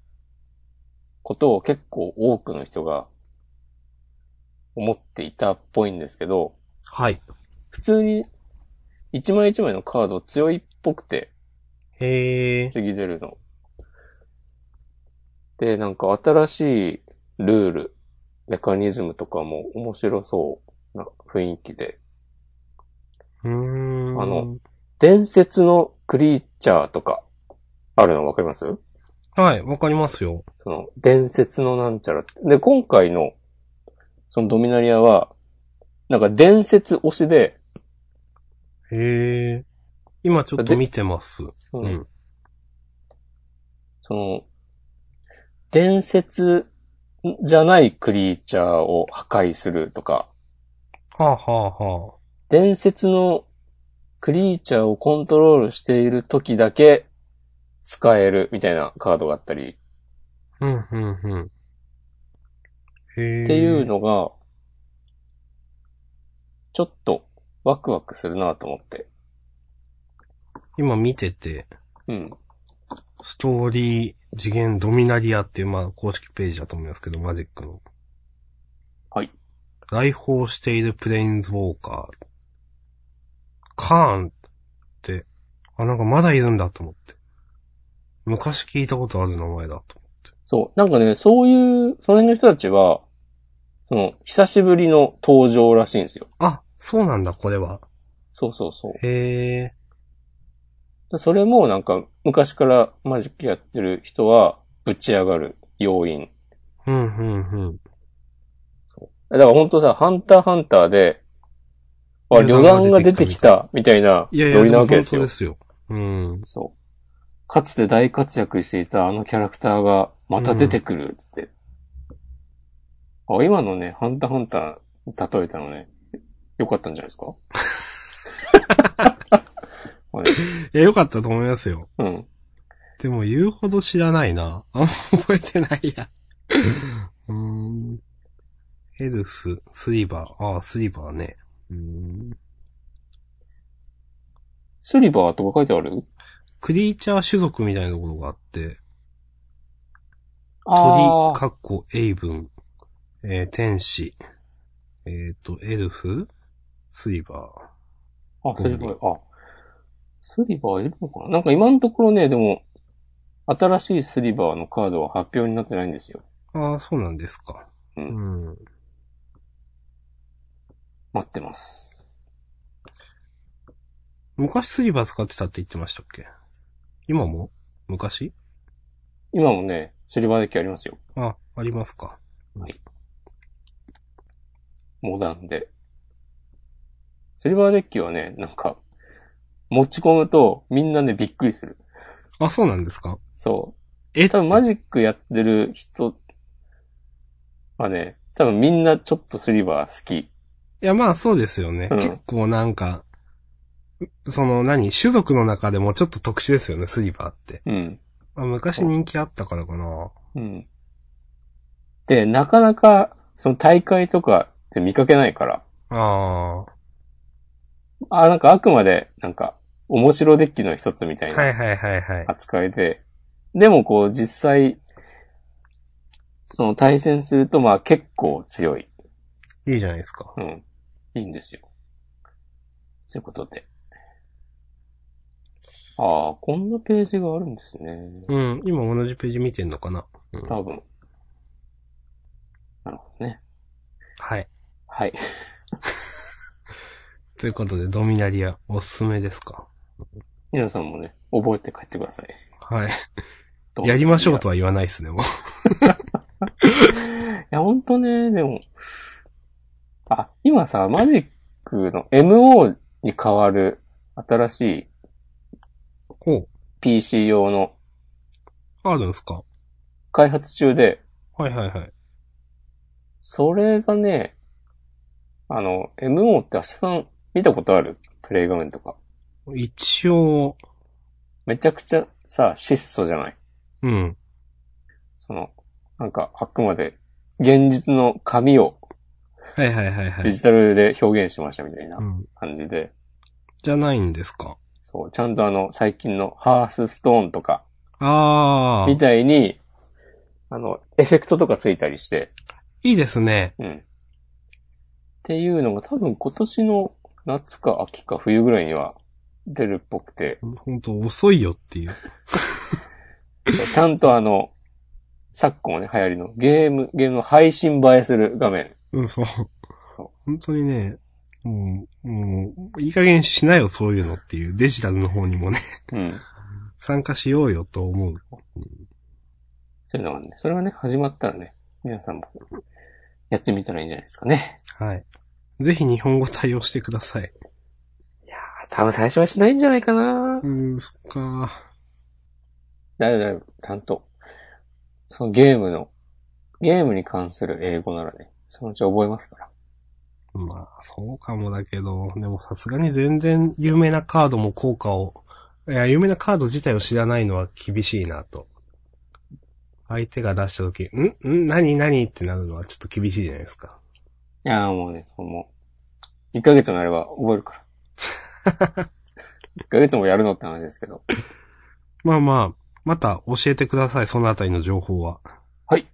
S1: ことを結構多くの人が思っていたっぽいんですけど、
S2: はい。
S1: 普通に一枚一枚のカード強いっぽくて、
S2: へえ。
S1: 次出るの。で、なんか新しいルール、メカニズムとかも面白そうな雰囲気で、
S2: うーん。
S1: あの、伝説のクリーチャーとかあるのわかります
S2: はい、わかりますよ。
S1: その、伝説のなんちゃらって。で、今回の、そのドミナリアは、なんか伝説推しで、
S2: へえ。今ちょっと見てます。ん
S1: その、伝説じゃないクリーチャーを破壊するとか、
S2: はあはあは
S1: 伝説のクリーチャーをコントロールしている時だけ使えるみたいなカードがあったり、
S2: あ。うん、うん、うん。へえ。
S1: っていうのが、ちょっとワクワクするなと思って。
S2: 今見てて、
S1: うん。
S2: ストーリー次元ドミナリアっていう、まあ、公式ページだと思いますけど、マジックの。
S1: はい。
S2: 来訪しているプレインズウォーカー。カーンって、あ、なんかまだいるんだと思って。昔聞いたことある名前だと。
S1: そう。なんかね、そういう、その辺の人たちは、その、久しぶりの登場らしいんですよ。
S2: あ、そうなんだ、これは。
S1: そうそうそう
S2: へえ。。
S1: でそれもなんか、昔からマジックやってる人は、ぶち上がる要因。
S2: うん、うん、うん。
S1: だからほんとさ、ハンターハンターで、あ、
S2: 旅
S1: 旅
S2: 団
S1: 団
S2: が
S1: が
S2: 出
S1: 出
S2: て
S1: て
S2: き
S1: きた、みたいない
S2: やい
S1: ノ
S2: や、
S1: リな
S2: でも
S1: わけで
S2: 本
S1: す
S2: 当
S1: よ
S2: で。すよ。うん。
S1: そう。かつて大活躍していたあのキャラクターが、また出てくる、つって。あ、今のね、ハンターハンター例えたのね、よかったんじゃないですか まあね
S2: いや、よかったと思いますよ。
S1: うん。
S2: でも言うほど知らないな。あんま 覚えてないや。 うーん。エルフ、スリバー。ああ、スリバーね。うーん。
S1: スリバーとか書いてある
S2: クリーチャー種族みたいなところがあって、
S1: あ
S2: 鳥、
S1: ー
S2: かっこ、エイブン、えー天使、えっ、と、エルフ、スリバー。
S1: あ、スリバー、あ。スリバーいるのかななんか今のところね、でも、新しいスリバーのカードは発表になってないんですよ。
S2: ああ、そうなんですか。
S1: う
S2: うん。
S1: 待ってます。
S2: 昔スリバー使ってたって言ってましたっけ今も昔
S1: 今もね、スリバーデッキありますよ。
S2: あ、ありますか。
S1: モダンで。スリバーデッキはね、なんか、持ち込むとみんなね、びっくりする。
S2: あ、そうなんですか
S1: そう。
S2: え
S1: 多分マジックやってる人はね、多分みんなちょっとスリバー好き。
S2: いや、まあそうですよね。
S1: うん
S2: 結構なんか、その何、種族の中でもちょっと特殊ですよね、スリバーって。
S1: うん。
S2: まあ、昔人気あったからかな。
S1: うん。で、なかなか、その大会とかって見かけないから、
S2: あ
S1: あ、なんかあくまで、なんか、面白デッキの一つみた
S2: あ。
S1: い
S2: は
S1: ない
S2: はいはいはい。
S1: 扱いで、でもこう実際、その対戦するとまあ結構強い。
S2: いいじゃないですか。
S1: うん。いいんですよ。ということで。ああ、こんなページがあるんですね。
S2: うん、今同じページ見てんのかな。うん
S1: 多分。なるほどね。
S2: はい。
S1: はい。
S2: ということで、ドミナリア、おすすめですか
S1: 皆さんもね、覚えて帰ってください。
S2: はい。
S1: ど
S2: やりましょうとは言わないですね、もう。
S1: いや、ほんとね、でも。あ、今さ、マジックの MO に変わる新しい
S2: おう
S1: PC 用の
S2: あるんですか
S1: 開発中で、
S2: はいはいはい。
S1: それがね、あの、MO って明日さん見たことあるプレイ画面とか。
S2: 一応、
S1: めちゃくちゃさ、質素じゃない
S2: うん。
S1: その、なんか、あくまで現実の紙を
S2: はいはいはいは
S1: デ
S2: い。
S1: ジタルで表現しましたみたいな
S2: うん、
S1: 感じで、
S2: じゃないんですか。
S1: そう、ちゃんとあの、最近のハースストーンとか、
S2: ああ。
S1: みたいに、あの、エフェクトとかついたりして、
S2: いいですね。
S1: うん。っていうのが多分今年の夏か秋か冬ぐらいには出るっぽくて、
S2: 本当遅いよって いう。
S1: ちゃんとあの、昨今ね、流行りのゲーム、ゲームの配信映えする画面。
S2: うん、そう。
S1: そ
S2: 本当にね、もう、もう、いい加減しなよ、そういうのっていう。デジタルの方にもね、
S1: う。うん。
S2: 参加しようよと思う。
S1: そういうのがね、それがね、始まったらね、皆さんもやってみたらいいんじゃないですかね。
S2: はい。ぜひ日本語対応してください。
S1: 多分最初はしないんじゃないかな
S2: うん、そっか。
S1: だいぶだいぶ、ちゃんと、そのゲームの、ゲームに関する英語ならね、そのうち覚えますから。
S2: まあ、そうかもだけど、でもさすがに全然有名なカードも効果を、いや、有名なカード自体を知らないのは厳しいなと。相手が出した時、んん何何ってなるのはちょっと厳しいじゃないですか。
S1: いやーもうね、もう、1ヶ月になれば覚えるから。1ヶ月もやるのって話ですけど。
S2: まあまあ、また教えてください、そのあたりの情報は。
S1: はい。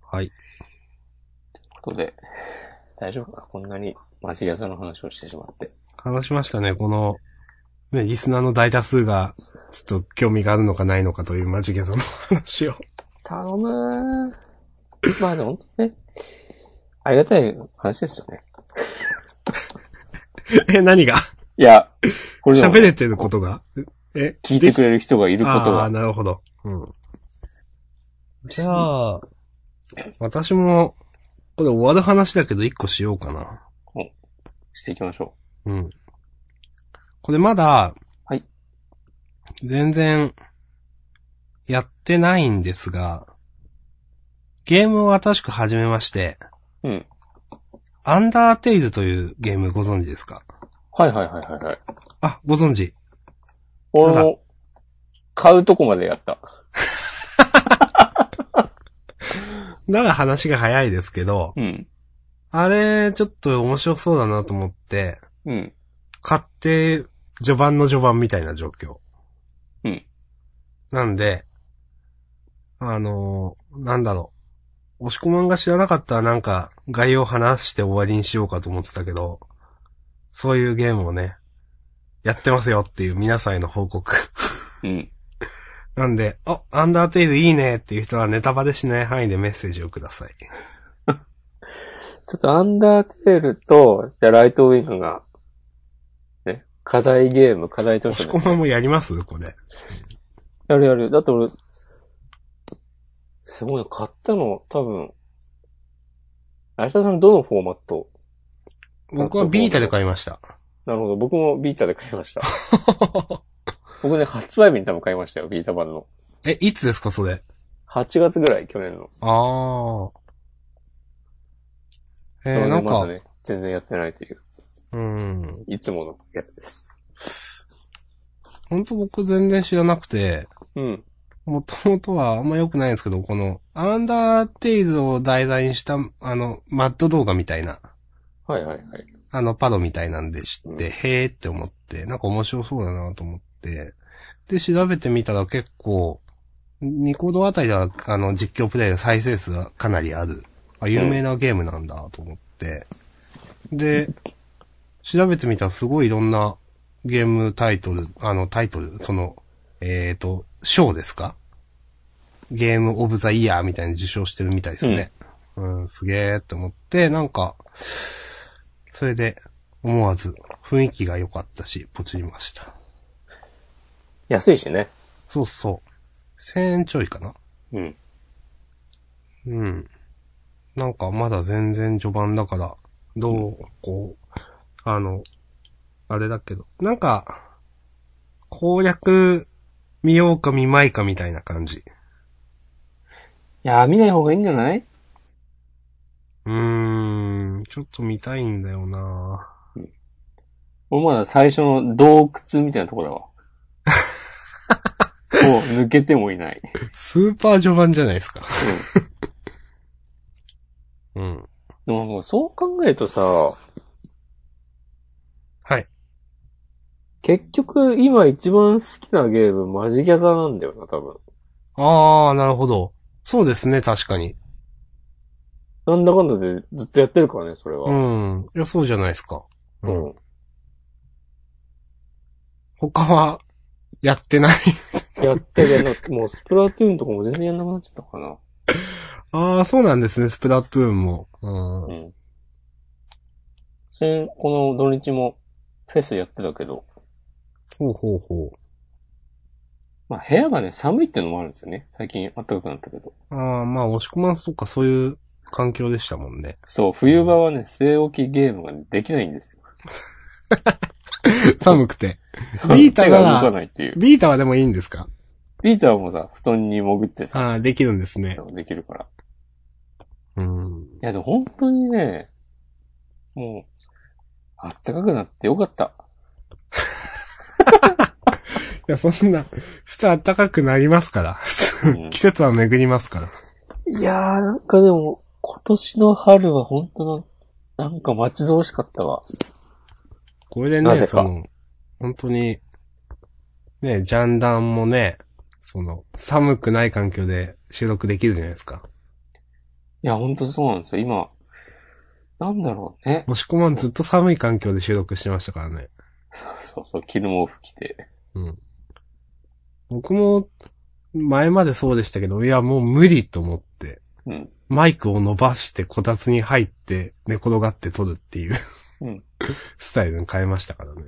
S2: はい。
S1: ということで、大丈夫かなこんなにマジヤザの話をしてしまって。
S2: 話しましたね、この、ね、リスナーの大多数が、ちょっと興味があるのかないのかというマジゲザの話を。
S1: 頼むー。まあでも本当ね、ありがたい話ですよね。
S2: え、何が
S1: いや、これでも
S2: 喋れてることがえ、
S1: 聞いてくれる人がいるこ
S2: あ
S1: と
S2: あー、
S1: が。
S2: なるほど。うん。じゃあ、私も、これ終わる話だけど一個しようかな。
S1: していきましょ
S2: うん。これまだ、
S1: はい。
S2: 全然、やってないんですが、ゲームを新しく始めまして、
S1: う。うん。
S2: アンダーテイルというゲームご存知ですか
S1: はいはいはいはいはい。
S2: あ、ご存知。
S1: 俺も、買うとこまでやった。
S2: なら話が早いですけど、
S1: うん。
S2: あれ、ちょっと面白そうだなと思って、
S1: うん。
S2: 買って、序盤の序盤みたいな状況。
S1: うん。
S2: なんで、あのーなんだろう。押し込まんが知らなかったらなんか、概要話して終わりにしようかと思ってたけど、そういうゲームをね、やってますよっていう皆さんへの報告。
S1: うん。
S2: なんで、あ、アンダーテイルいいねっていう人はネタバレしない範囲でメッセージをください。
S1: ちょっとアンダーテールと、じゃあライトウィングが、ね、課題ゲーム、課題図
S2: 押
S1: 書
S2: し
S1: ね
S2: 込まんもやりますこれ。
S1: やるやる。だって俺、すごいな、買ったの、多分、あしたさんどのフォーマット
S2: 僕はビータで買いました。
S1: なるほど、僕もビータで買い ました。僕ね、発売日に多分買いましたよ、ビータ版の。
S2: え、いつですかそれ。
S1: 8月ぐらい、去年の。
S2: ああ。えー
S1: なので
S2: なん
S1: ま
S2: か、
S1: だね、全然やってないという、
S2: うん。
S1: いつものやつです。
S2: ほんと僕全然知らなくて、
S1: うん。
S2: もともとはあんま良くないんですけど、この、アンダーテイルを題材にした、あの、マッド動画みたいな、
S1: はいはいはい。
S2: あの、パロみたいなんで知って、へーって思って、なんか面白そうだなと思って、で、調べてみたら結構、ニコ動あたりでは、あの、実況プレイの再生数がかなりある。あ、有名なゲームなんだと思って。で、調べてみたらすごいいろんなゲームタイトル、あの、タイトル、その、えっ、ー、と、賞ですかゲームオブザイヤーみたいに受賞してるみたいですね。うん、すげーって思って、なんか、それで、思わず、雰囲気が良かったし、ポチりました。
S1: 安いしね。
S2: そうそう。1000円ちょいかな
S1: うん。
S2: うん。なんかまだ全然序盤だから、どう、こう、あの、あれだけど、なんか、攻略見ようか見まいかみたいな感じ。
S1: いやー、見ない方がいいんじゃないう
S2: ーん、ちょっと見たいんだよな
S1: 俺まだ最初の洞窟みたいなとこだわ。 もう抜けてもいない。
S2: スーパー序盤じゃないですか。 うん。
S1: でももうそう考えるとさ、
S2: はい。
S1: 結局今一番好きなゲームマジギャザーなんだよな、多分。
S2: あー、なるほど。そうですね、確かに。
S1: なんだかんだでずっとやってるからね、それ
S2: う
S1: は。
S2: ん。いや、そうじゃないですか。
S1: うん。
S2: 他は、やってない。
S1: やってるな、もうスプラトゥーンとかも全然やんなくなっちゃったかな。
S2: ああ、そうなんですね、スプラトゥーンも。うん
S1: うん。先、この土日もフェスやってたけど、
S2: ほうほうほ
S1: まあ部屋がね、寒いってのもあるんですよね。最近暖かくなったけど。
S2: う。ああ、まあ、押し込まんとかそういう環境でしたもん ね。
S1: そう、冬場はね、据え置きゲームができないんですよ。
S2: 寒くて。ビータ
S1: 手
S2: な
S1: が
S2: ら
S1: 動かないっていう。
S2: ビータはでもいいんですか
S1: ビーターもさ、布団に潜ってさ、
S2: ああ、できるんですね。
S1: できるから。
S2: うん。
S1: いや、でも本当にね、もう、あったかくなってよかった。
S2: いや、そんな、下暖かくなりますから。
S1: うん
S2: 季節は巡りますから。
S1: いやー、なんかでも、今年の春は本当な、なんか待ち遠しかったわ。
S2: これで
S1: なぜ
S2: ね、
S1: か
S2: その、本当に、ね、ジャンダンもね、その、寒くない環境で収録できるじゃないですか。
S1: いや、本当そうなんですよ。今、なんだろうね。
S2: 押し込まんずっと寒い環境で収録してましたからね。
S1: そうそう、着る毛布着て。
S2: うん。僕も、前までそうでしたけど、いや、もう無理と思って、
S1: うん。
S2: マイクを伸ばして、こたつに入って、寝転がって撮るっていう
S1: うん。
S2: スタイルに変えましたからね。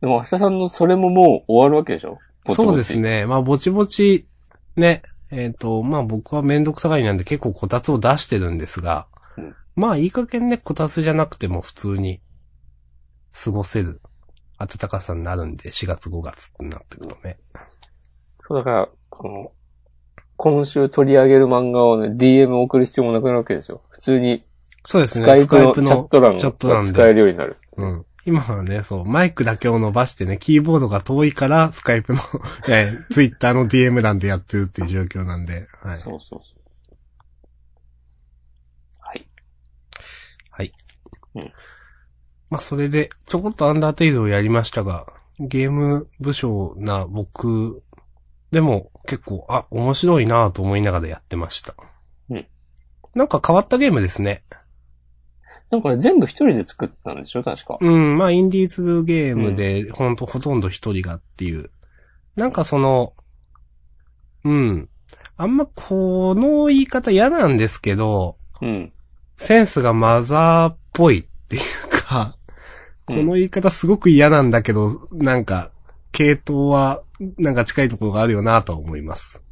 S1: でも、明日さんのそれももう終わるわけでしょぼちぼち
S2: そうですね。まあ、ぼちぼち、ね、えっ、と、まあ僕はめんどくさがりなんで結構こたつを出してるんですが、
S1: うん
S2: まあいい加減ね、こたつじゃなくても普通に過ごせる暖かさになるんで、4月5月になってくとね。
S1: そう、だから、この、今週取り上げる漫画をね、DM 送る必要もなくなるわけですよ。普通に、
S2: そうです
S1: ス
S2: ね。
S1: カ
S2: ス
S1: イプ
S2: カイ
S1: の
S2: プ
S1: チ
S2: の
S1: ャット欄
S2: チャット欄
S1: が
S2: で
S1: 使えるようになる。
S2: うん。今はね、そう、マイクだけを伸ばしてね、キーボードが遠いから、スカイプの、 えー、ツイッターの DM 欄でやってるっていう状況なんで、はい。
S1: そうそうそう。はい。
S2: はい。
S1: うん
S2: まあ、それで、ちょこっとアンダーテイルをやりましたが、ゲーム部署な僕でも結構、あ、面白いなぁと思いながらやってました。
S1: うん。
S2: なんか変わったゲームですね。
S1: でもこれ全部一人で作ったんでしょ確か。
S2: うん、まあ、インディーズゲームで、ほんとほとんど一人がっていう。なんかその、うん。あんまこの言い方嫌なんですけど、
S1: うん。
S2: センスがマザーっぽいっていうか、この言い方すごく嫌なんだけど、なんか、系統は、なんか近いところがあるよなとは思います。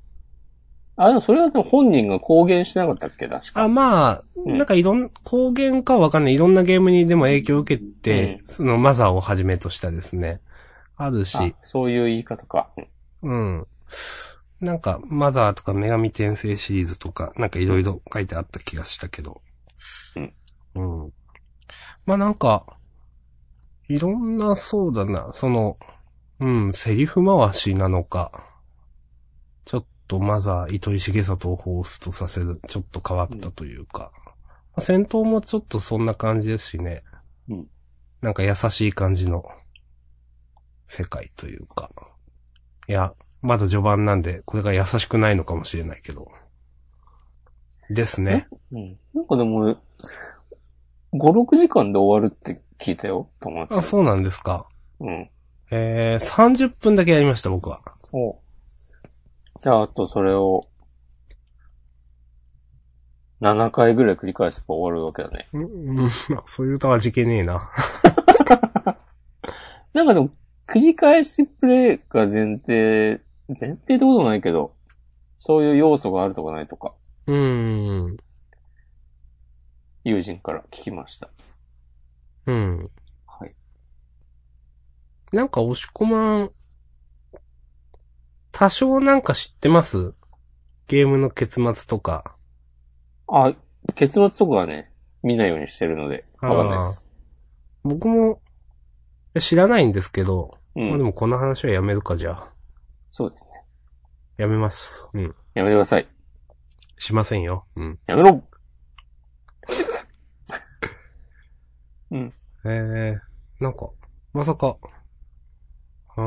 S1: あ、でもそれはでも本人が公言してなかったっけ確か。
S2: あ、まあ、
S1: うん
S2: なんかいろん、公言かはわかんない。いろんなゲームにでも影響を受けて、そのマザーをはじめとしたですね。あるし。
S1: あそういう言い方か。うん
S2: うん。なんか、マザーとか女神転生シリーズとか、なんかいろいろ書いてあった気がしたけど。
S1: うん。
S2: うん。まあなんか、いろんな、そうだな、その、うん、セリフ回しなのか、ちょっとマザー、糸井重里を彷彿とさせる、ちょっと変わったというか、まあ戦闘もちょっとそんな感じですしね。
S1: うん。
S2: なんか優しい感じの、世界というか。いや、まだ序盤なんで、これが優しくないのかもしれないけど。ですね。
S1: うん。なんかでも、5、6時間で終わるって聞いたよ、友達。
S2: あ、そうなんですか。
S1: う。うん。
S2: えー、30分だけやりました、僕は。
S1: おじゃあ、あとそれを、7回ぐらい繰り返せば終わるわけだね。
S2: うん、うん、 そういう歌はじけねえな。
S1: なんかでも、繰り返しプレイが前提、前提ってこともないけど、そういう要素があるとかないとか、
S2: うーん。
S1: 友人から聞きました。
S2: うん。
S1: はい。
S2: なんか、押し込まん、多少なんか知ってますゲームの結末とか。
S1: あ、結末とかはね、見ないようにしてるので、わかんないです。
S2: 僕も、知らないんですけど、
S1: う
S2: まあで
S1: ん。
S2: もこの話はやめるか、じゃあ。
S1: そうですね。
S2: やめます。うん。
S1: やめてください。
S2: しませんよ。うん。
S1: やめろ
S2: ええなんか、まさか、うー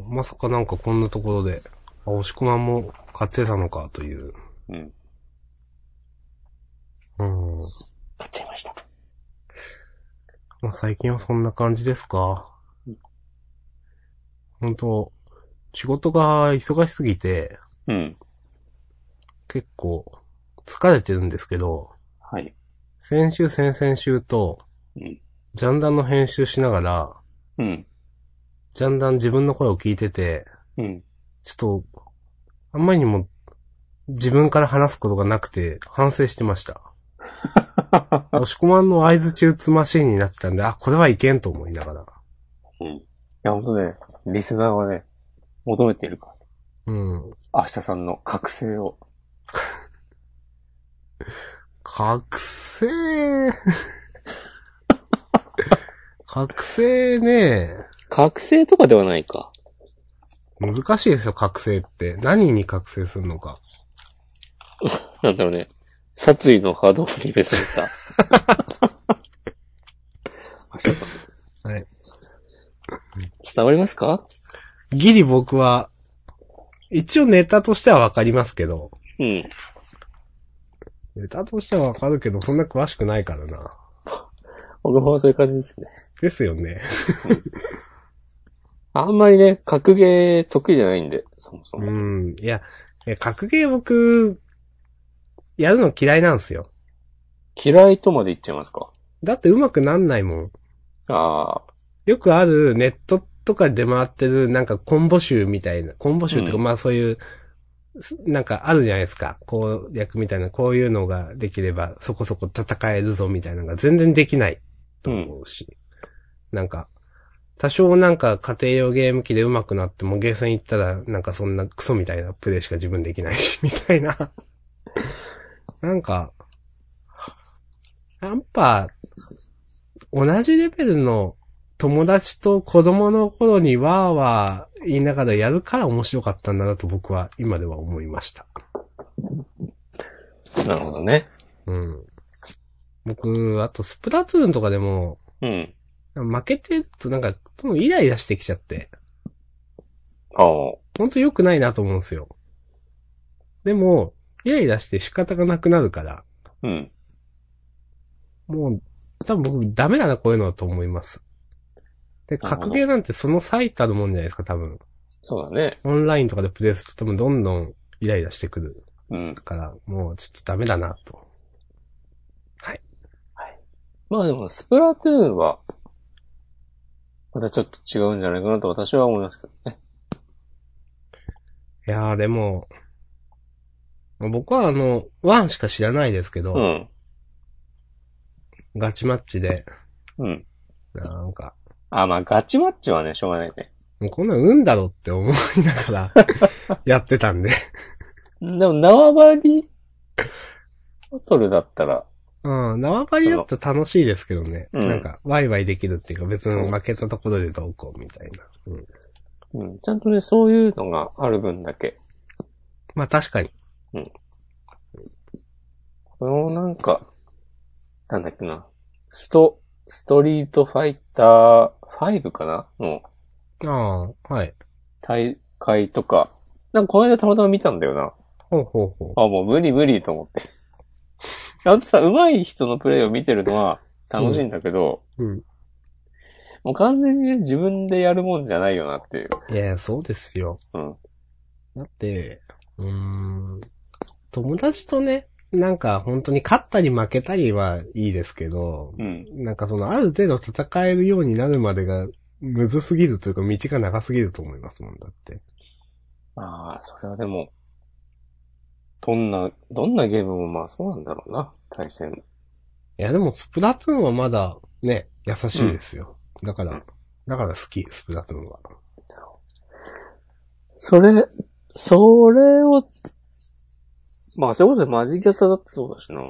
S2: ん、まさかなんかこんなところで、あ、押し込まんも買ってたのかという。
S1: うん。
S2: うん。
S1: 買っちゃいました。
S2: まあ最近はそんな感じですか。本当仕事が忙しすぎて、
S1: うん。
S2: 結構、疲れてるんですけど、
S1: はい。
S2: 先週、先々週と、
S1: うん
S2: ジャンダンの編集しながら、
S1: うん。
S2: ジャンダン自分の声を聞いてて、
S1: うん。
S2: ちょっと、あんまりにも自分から話すことがなくて反省してました。押し込まんの合図中つまシーンになってたんで、あ、これはいけんと思いながら。
S1: いや、ほんとね、リスナーがね、求めているから。
S2: うん。
S1: 明日さんの覚醒を。
S2: 覚醒。覚醒ね。
S1: 覚醒とかではないか。
S2: 難しいですよ、覚醒って。何に覚醒するのか。
S1: なんだろうね。殺意の波動に召された。 明日さん。
S2: はい。
S1: 伝わりますか
S2: ギリ僕は、一応ネタとしてはわかりますけど、
S1: うん。
S2: ネタとしてはわかるけど、そんな詳しくないからな。
S1: 僕もそういう感じですね。
S2: ですよね。
S1: あんまりね、格ゲー得意じゃないんで、そもそうも。
S2: ん。いや、いや格ゲー僕、やるの嫌いなんですよ。
S1: 嫌いとまで言っちゃいますか。
S2: だって上手くなんないもん。
S1: ああ。
S2: よくあるネットとかで出回ってるなんかコンボ集みたいな、コンボ集とか
S1: うん
S2: まあそういう、すなんかあるじゃないですか。攻略みたいな、こういうのができればそこそこ戦えるぞみたいなのが全然できないと思うし。なんか、多少なんか家庭用ゲーム機で上手くなってもゲーセン行ったらなんかそんなクソみたいなプレイしか自分 できないし、みたいな。なんか、やっぱ、同じレベルの友達と子供の頃にわーわー言いながらやるから面白かったんだなと僕は今では思いました。
S1: なるほどね。
S2: うん。僕、あとスプラトゥーンとかでも、
S1: うん。
S2: 負けてるとなんか、どんどんイライラしてきちゃって、
S1: ああ。
S2: ほんと良くないなと思うんですよ。でも、イライラして仕方がなくなるから、
S1: うん。
S2: もう、多分僕ダメだなこういうのはと思います。で、
S1: なるほど
S2: 格ゲーなんてその最たるもんじゃないですか、多分。
S1: そうだね。
S2: オンラインとかでプレイすると多分どんどんイライラしてくる
S1: うん。
S2: から、もうちょっとダメだなと。
S1: まあでも、スプラトゥーンは、またちょっと違うんじゃないかなと私は思いますけどね。
S2: いやーでも、僕はあの、ワンしか知らないですけど、
S1: うん。
S2: ガチマッチで、
S1: うん。
S2: なんか、
S1: あ、まあガチマッチはね、しょうがないね。
S2: もうこんなん運だろって思いながら やってたんで。
S1: でも、縄張りバトルだったら、
S2: うん、縄張りだったら楽しいですけどね。
S1: うん
S2: なんか、ワイワイできるっていうか別に負けたところでどうこうみたいな。うん、
S1: うん、ちゃんとね、そういうのがある分だけ、
S2: まあ確かに。
S1: このなんか、なんだっけな、スト、ストリートファイター5かなの
S2: ああ、はい。
S1: 大会とか、なんかこの間たまたま見たんだよな。
S2: ほうほうほう。
S1: あ、もう無理無理と思って。 あとさ、上手い人のプレイを見てるのは楽しいんだけど、
S2: うん。
S1: もう完全にね、自分でやるもんじゃないよなっていう。
S2: いや、そうですよ。
S1: うん。
S2: だって、うーん、友達とね、なんか本当に勝ったり負けたりはいいですけど、
S1: うん。
S2: なんかそのある程度戦えるようになるまでがむずすぎるというか道が長すぎると思いますもんだって。
S1: まあ、それはでも、どんな、どんなゲームもまあそうなんだろうな、対戦。
S2: いやでもスプラトゥーンはまだね、優しいですよ。だから、だから好き、スプラトゥーンは。
S1: それ、それを、まあ、それこそマジギャサだってそうだしな。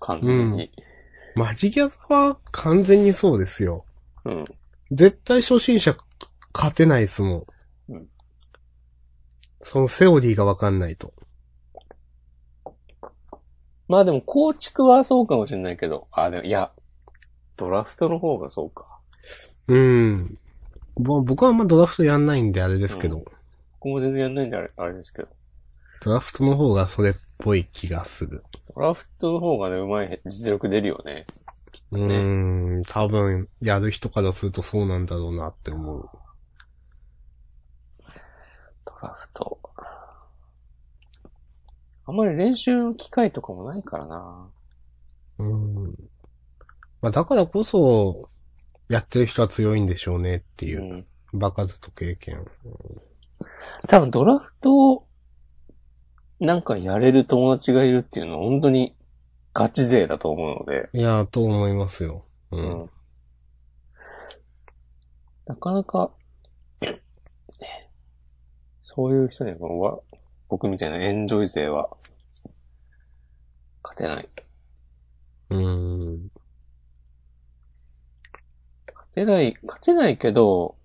S1: 完全に。
S2: マジギャザは完全にそうですよ。
S1: うん。
S2: 絶対初心者勝てないですもん。
S1: うん
S2: そのセオリーがわかんないと。
S1: まあでも、構築はそうかもしれないけど、あ、でも、いや、ドラフトの方がそうか。
S2: うん。ぼ僕はあんまドラフトやんないんであれですけど、
S1: うここも全然やんないんであれ、あれですけど。
S2: ドラフトの方がそれっぽい気がする。
S1: ドラフトの方がね、うまい実力出るよね。
S2: うーん、多分、やる人からするとそうなんだろうなって思う。
S1: ドラフト。あんまり練習の機会とかもないからな。
S2: うん。まあだからこそ、やってる人は強いんでしょうねっていうう、
S1: ん。
S2: バカずと経験。
S1: 多分ドラフトを、なんかやれる友達がいるっていうのは本当にガチ勢だと思うので。
S2: いやー、と思いますよ。う。
S1: うんん。なかなか、ねそういう人にはこのわ僕みたいなエンジョイ勢は、勝てない。
S2: うん。
S1: 勝てない、勝てないけど、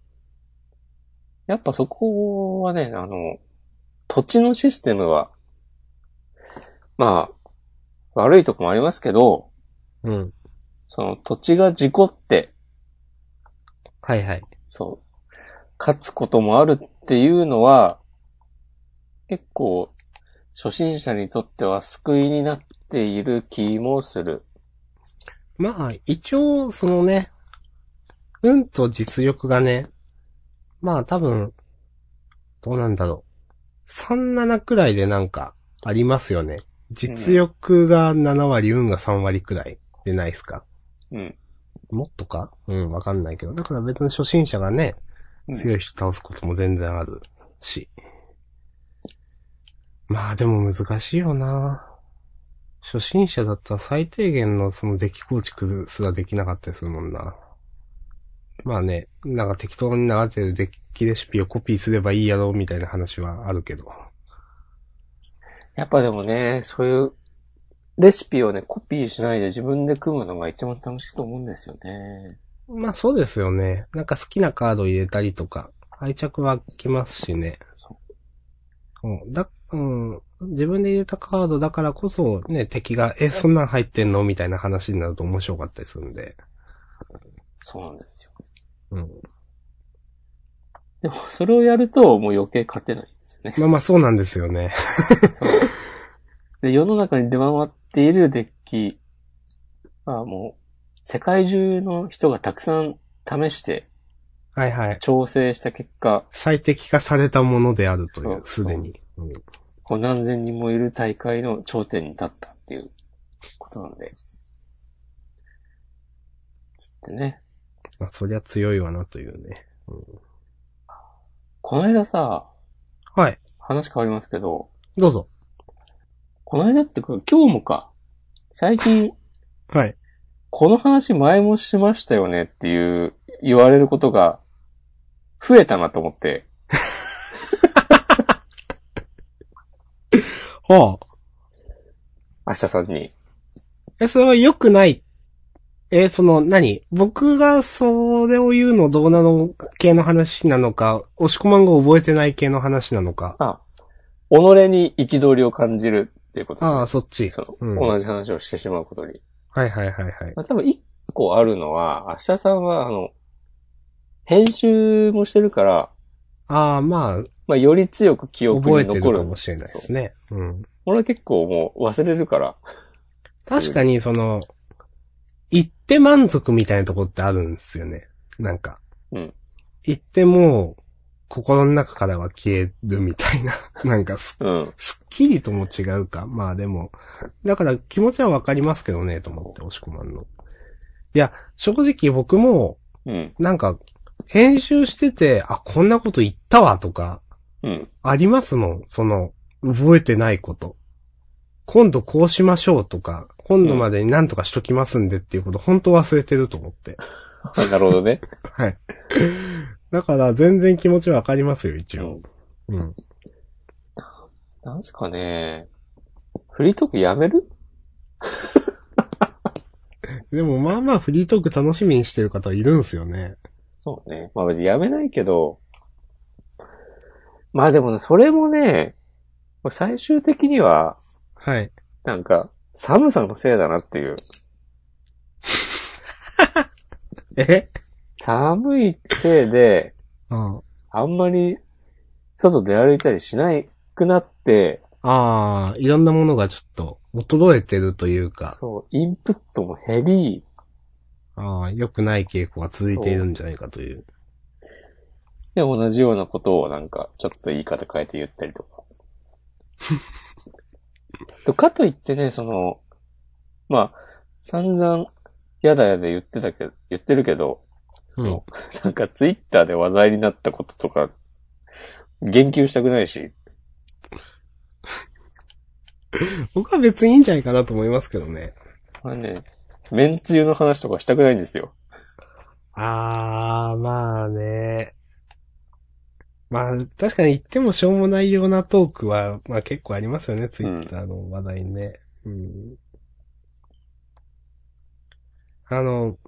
S1: やっぱそこはね、あの、土地のシステムは、まあ、悪いとこもありますけど、
S2: うん。
S1: その土地が事故って、
S2: はいはい。
S1: そう、勝つこともあるっていうのは、結構、初心者にとっては救いになっている気もする。
S2: まあ、一応、そのね、運と実力がね、まあ多分、どうなんだろう。37くらいでなんか、ありますよね。実力が7割、運が3割くらいでないですか。
S1: うん。
S2: もっとかうん、わかんないけど。だから別に初心者がね、強い人倒すことも全然あるし。まあでも難しいよな初心者だったら最低限のそのデッキ構築すらできなかったりするもんな。まあね、なんか適当に流れてるデッキレシピをコピーすればいいやろうみたいな話はあるけど。
S1: やっぱでもね、そういうレシピをね、コピーしないで自分で組むのが一番楽しいと思うんですよね。
S2: まあそうですよね。なんか好きなカード入れたりとか、愛着はきますしね。
S1: そ
S2: うん。だ、うん。自分で入れたカードだからこそ、ね、敵が、え、そんなん入ってんのみたいな話になると面白かったりするんで。
S1: そうなんですよ。
S2: うん。
S1: でも、それをやると、もう余計勝てないんですよね。
S2: まあまあそうなんですよね。
S1: そう。で、世の中に出回っているデッキはもう、世界中の人がたくさん試して
S2: はいはい。
S1: 調整した結果、
S2: 最適化されたものであるという、
S1: そ
S2: す
S1: う
S2: でに。うん。
S1: こう何千人もいる大会の頂点に立ったっていうことなんで。つってね。
S2: まあそりゃ強いわなというね。
S1: この間さ、
S2: はい。
S1: 話変わりますけど、
S2: どうぞ。
S1: この間ってか今日もか。最近、
S2: はい。
S1: この話前もしましたよねっていう言われることが増えたなと思って。
S2: はあ。
S1: 明日さんに。
S2: え、それは良くない。え、その、何僕がそれを言うのどうなの系の話なのか、押し込まんが覚えてない系の話なのか。
S1: あ、己に憤りを感じるっていうことですね。
S2: ああ、そっち。
S1: そうの
S2: ん
S1: 同じ話をしてしまうことに。
S2: はいはいはいはい。
S1: まあ、多分一個あるのは、明日さんは、あの、編集もしてるから、
S2: ああ、まあ、
S1: まあ、より強く記憶
S2: 覚
S1: に
S2: えて
S1: 残
S2: る
S1: る。
S2: かもしれないで
S1: そ
S2: す
S1: う
S2: ね。うん。
S1: 俺は結構もう忘れるから。
S2: 確かに、その、行って満足みたいなとこってあるんですよね。なんか。
S1: うん
S2: 行ってもう、心の中からは消えるみたいな。 なんかす、
S1: うん。
S2: すっきりとも違うか。まあでも、だから気持ちはわかりますけどね、と思って、押し込まんの。いや、正直僕も、
S1: うん。
S2: なんか、編集してて、あ、こんなこと言ったわ、とか、
S1: うん。
S2: ありますもん。その、覚えてないこと。今度こうしましょうとか、今度までに何とかしときますんでっていうこと、本当忘れてると思って。
S1: なるほどね。
S2: はい。だから、全然気持ちはわかりますよ、一
S1: う
S2: 応。
S1: ん。
S2: うん。
S1: なんすかね。フリートークやめる
S2: でも、まあまあ、フリートーク楽しみにしてる方いるんですよね。
S1: そうね。まあ別にやめないけど、まあでもね、それもね、最終的には、
S2: はい。
S1: なんか、寒さのせいだなっていう。
S2: え
S1: 寒いせいで、
S2: あ
S1: あんまり、外出歩いたりしないくなって、
S2: あー、いろんなものがちょっと、衰えてるというか、
S1: そう、インプットも減り、
S2: ああ、良くない傾向が続いているんじゃないかという。
S1: で、同じようなことをなんか、ちょっと言い方変えて言ったりとか。 とかといってね、その、まあ、散々、やだやだ言ってたけど、言ってるけど、
S2: うん。
S1: なんかツイッターで話題になったこととか、言及したくないし、
S2: 僕は別にいいんじゃないかなと思いますけどね。
S1: これね、めんつゆの話とかしたくないんですよ。
S2: あー、まあね。まあ、確かに言ってもしょうもないようなトークは、まあ結構ありますよね、ツイッターの話題ね。うん。あの、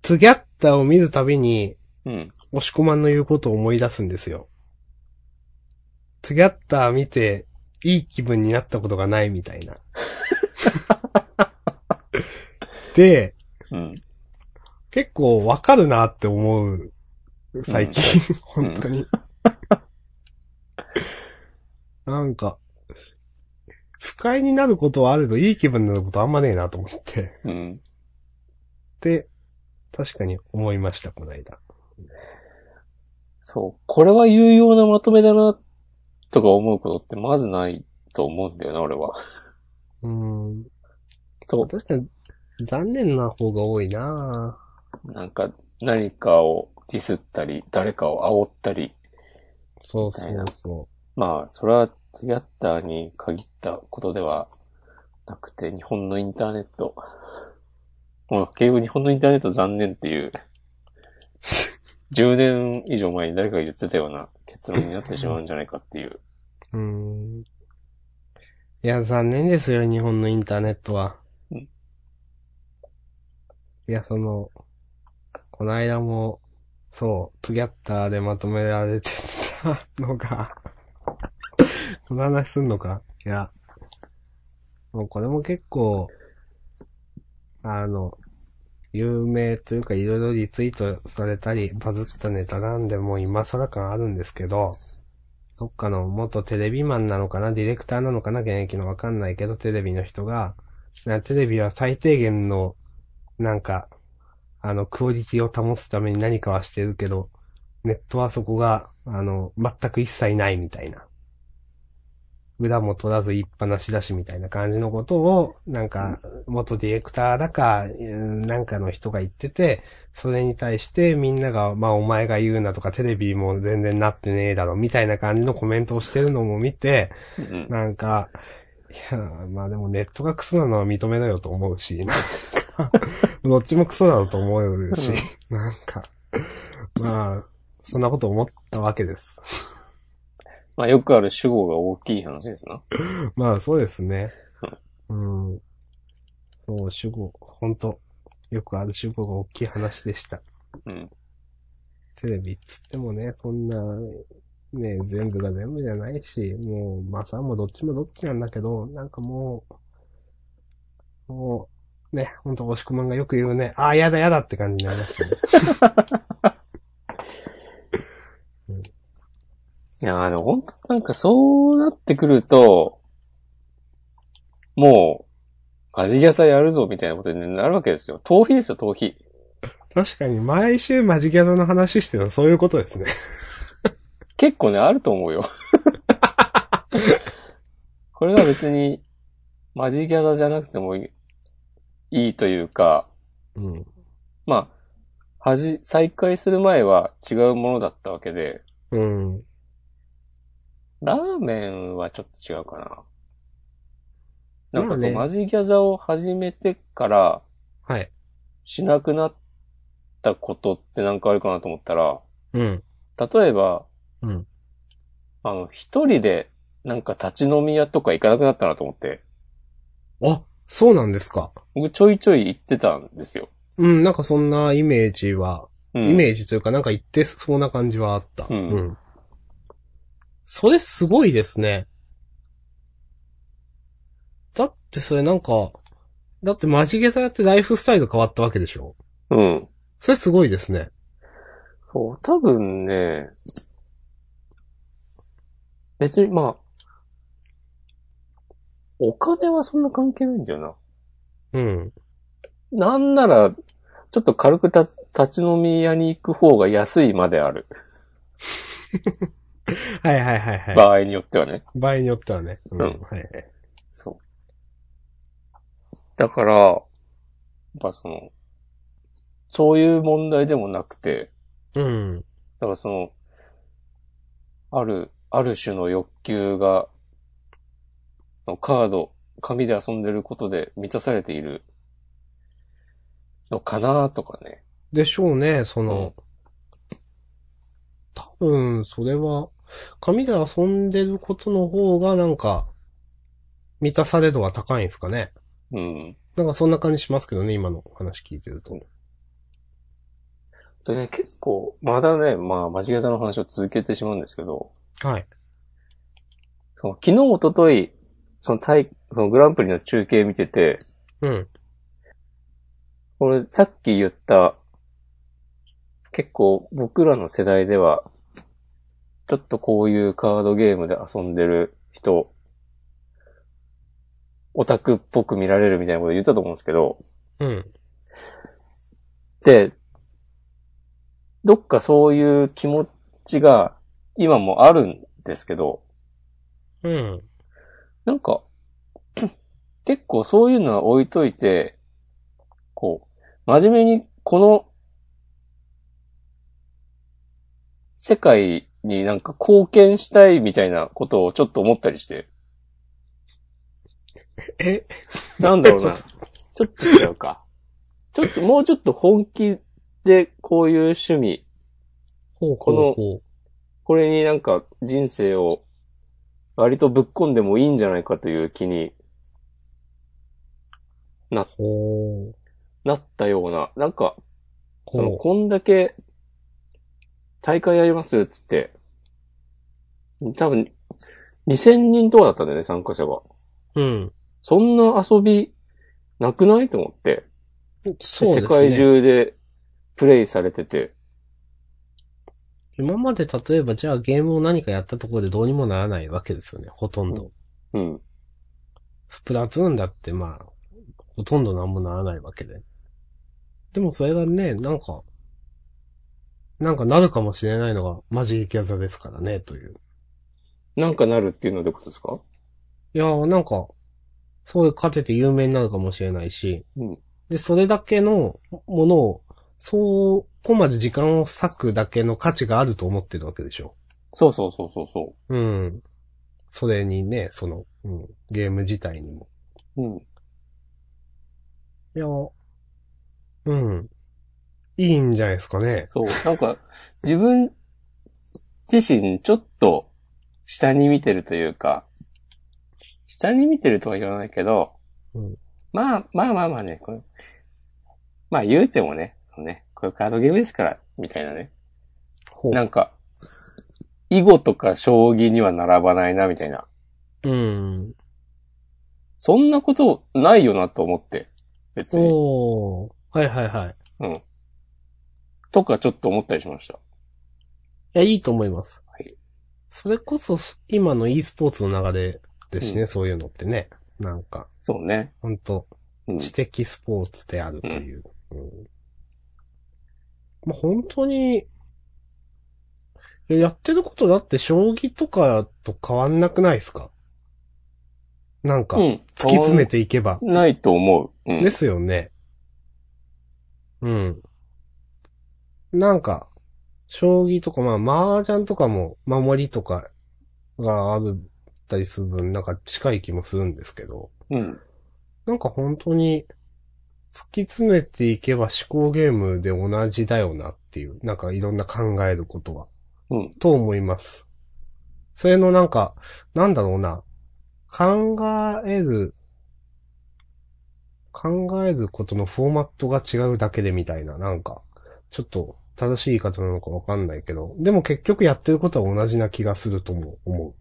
S2: ツギャッターを見るたびに、
S1: うん。
S2: 押し込まんの言うことを思い出すんですよ。ツギャッター見て、いい気分になったことがないみたいな。で、
S1: うん。
S2: 結構わかるなって思う、最近、本当に。なんか、不快になることはあるといい気分になることあんまねえなと思って、
S1: うん。
S2: で、確かに思いました、この間。
S1: そう。これは有用なまとめだな、とか思うことってまずないと思うんだよな、俺は。
S2: うん。
S1: そ
S2: 確かに、残念な方が多いな
S1: う。なんか、何かをディスったり、誰かを煽ったり。
S2: そうそうそ
S1: まあ、それは、ツイッターに限ったことではなくて、日本のインターネット。もう、結局日本のインターネット残念っていう、10年以上前に誰かが言ってたような結論になってしまうんじゃないかっていう。
S2: う。うん。いや、残念ですよ、日本のインターネットは。
S1: うん
S2: いや、その、この間も、そう、トゥギャッターでまとめられてたのが、 この話すんのかいや、もうこれも結構、あの、有名というかいろいろリツイートされたり、バズったネタなんで、もう今更感あるんですけど、どっかの元テレビマンなのかな、ディレクターなのかな、現役のわかんないけど、テレビの人が、なテレビは最低限の、なんか、あの、クオリティを保つために何かはしてるけど、ネットはそこが、あの、全く一切ないみたいな。裏も取らず言いっぱなしだしみたいな感じのことを、なんか、元ディレクターだか、うんなんかの人が言ってて、それに対してみんなが、まあお前が言うなとかテレビも全然なってねえだろみたいな感じのコメントをしてるのも見て、
S1: うん。
S2: なんか、いや、まあでもネットがクソなのは認めろよと思うし、なんか、どっちもクソだろうと思うし、なんか、まあ、そんなこと思ったわけです。
S1: まあよくある主語が大きい話ですな。
S2: まあそうですね。うん。そう、主語、ほんと、よくある主語が大きい話でした。
S1: うん。
S2: テレビっつってもね、そんな、ね、全部が全部じゃないし、もう、まあさ、もうどっちもどっちなんだけど、なんかもう、もう、ね、ほんと、押し込まんがよく言うね、ああ、やだやだって感じになりま したね。
S1: いやーでも本当なんかそうなってくると、もう、アジギャサやるぞみたいなことになるわけですよ。逃避ですよ、逃避。
S2: 確かに、毎週マジギャドの話してるのそういうことですね。
S1: 結構ね、あると思うよ。 これが別に、マジギャザじゃなくてもいいいいというか、
S2: うん。
S1: まあ、はじ、再開する前は違うものだったわけで、
S2: うん。
S1: ラーメンはちょっと違うかな。なんかこう、
S2: まあね
S1: マジギャザを始めてから
S2: はい。
S1: しなくなったことってなんかあるかなと思ったら、
S2: うん。
S1: 例えば、
S2: うん
S1: あの、一人でなんか立ち飲み屋とか行かなくなったなと思って、
S2: あ、そうなんですか。
S1: 僕ちょいちょい行ってたんですよ。
S2: うん、なんかそんなイメージは
S1: うん、
S2: イメージというかなんか言ってそうな感じはあった。
S1: うん
S2: それすごいですね。だってそれなんか、だってマジゲタやってライフスタイル変わったわけでしょ
S1: うん。
S2: それすごいですね。
S1: そう、多分ね、別に、まあ、お金はそんな関係ないんだよ
S2: うん。
S1: な。なんなら、ちょっと軽く立つ立ち飲み屋に行く方が安いまである。
S2: はいはいはいはい。
S1: 場合によってはね。
S2: 場合によってはね。うん。
S1: うん
S2: はいはい。
S1: そう。だから、やっぱその、そういう問題でもなくて、
S2: うん。
S1: だからその、ある、ある種の欲求が、そのカード、紙で遊んでることで満たされているのかなとかね。
S2: でしょうね、その、多分、それは、紙で遊んでることの方がなんか、満たされ度は高いんですかね。
S1: うん。
S2: なんかそんな感じしますけどね、今の話聞いてると。
S1: でね、結構、まだね、まあ、間違えたの話を続けてしまうんですけど、
S2: はい。
S1: その昨日、一昨日その大、そのグランプリの中継見てて、
S2: うん。
S1: これ、さっき言った、結構僕らの世代では、ちょっとこういうカードゲームで遊んでる人、オタクっぽく見られるみたいなこと言ったと思うんですけど、
S2: うん。
S1: で、どっかそういう気持ちが今もあるんですけど、
S2: うん。
S1: なんか、 結構そういうのは置いといて、こう、真面目にこの、世界になんか貢献したいみたいなことをちょっと思ったりして。
S2: え
S1: なんだろう な。ちょっと違うか。ちょっと、もうちょっと本気でこういう趣味、
S2: ほう
S1: この
S2: ほ
S1: これになんか人生を割とぶっ込んでもいいんじゃないかという気に
S2: おー。
S1: なったような、なんか、その、
S2: ほう
S1: こんだけ、大会やりますよ、つって。多分、2000人とかだったんだよね、参加者が。
S2: うん。
S1: そんな遊び、なくないと思って。
S2: そうで
S1: 世
S2: すね。
S1: 界中で、プレイされてて。
S2: 今まで例えばじゃあゲームを何かやったところでどうにもならないわけですよね、ほとんど。
S1: うん。
S2: スプラトゥーンだってまあ、ほとんどなんもならないわけで。でもそれがね、なんか、なんかなるかもしれないのがマジック技ですからね、という。
S1: なんかなるっていうのでことですか
S2: いやーなんか、そういう勝てて有名になるかもしれないし、
S1: うん
S2: で、それだけのものを、そこまで時間を割くだけの価値があると思ってるわけでしょ。
S1: そうそうそうそうそ
S2: うん。それにね、その、うん、ゲーム自体にも。
S1: う。うん。
S2: いや、うん。いいんじゃないですかね。
S1: そう。なんか、自分自身、ちょっと、下に見てるというか、下に見てるとは言わないけど、
S2: うん
S1: まあ、まあまあまあね、これまあ言うてもね、そうね、こういうカードゲームですから、みたいなね。
S2: ほ
S1: なんか、囲碁とか将棋には並ばないな、みたいな。
S2: うん。
S1: そんなことないよなと思って、別に。
S2: おー。はいはいはい。い
S1: うん。とかちょっと思ったりしました。
S2: や、いいと思います。
S1: はい
S2: それこそ、今の e スポーツの流れですしね、
S1: う
S2: そういうのってね。なんか、
S1: そうね。
S2: ほんと、
S1: うん。
S2: 知的スポーツであるという。うんまあ、本当に、いややってることだって将棋とかと変わんなくないですかなんか、
S1: う
S2: 突
S1: ん
S2: き詰めていけば。
S1: ないと思う。うん。
S2: ですよね。うん。なんか、将棋とか、まあ、麻雀とかも、守りとかがあるったりする分、なんか近い気もするんですけど、
S1: うん。
S2: なんか本当に、突き詰めていけば思考ゲームで同じだよなっていう、なんかいろんな考えることは。
S1: うん
S2: と思います。それのなんか、なんだろうな。考える、考えることのフォーマットが違うだけでみたいな、なんか、ちょっと正しい言い方なのかわかんないけど、でも結局やってることは同じな気がするとも思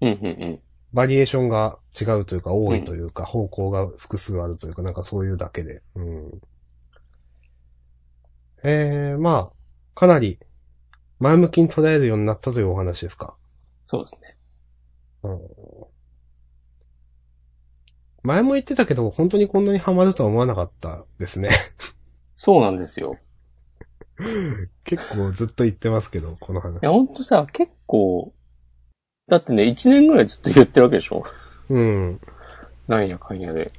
S2: う。
S1: うん、うん、
S2: バリエーションが違うというか、多いというか、方向が複数あるというか、なんかそういうだけで。うん。えー、まあ、かなり、前向きに捉えるようになったというお話ですか。
S1: そうですね。
S2: うん。前も言ってたけど、本当にこんなにハマるとは思わなかったですね。
S1: そうなんですよ。
S2: 結構ずっと言ってますけど、この話
S1: い。や、ほんとさ、結構、だってね、1年ぐらいずっと言ってるわけでしょ
S2: うん。
S1: なんやかんやで。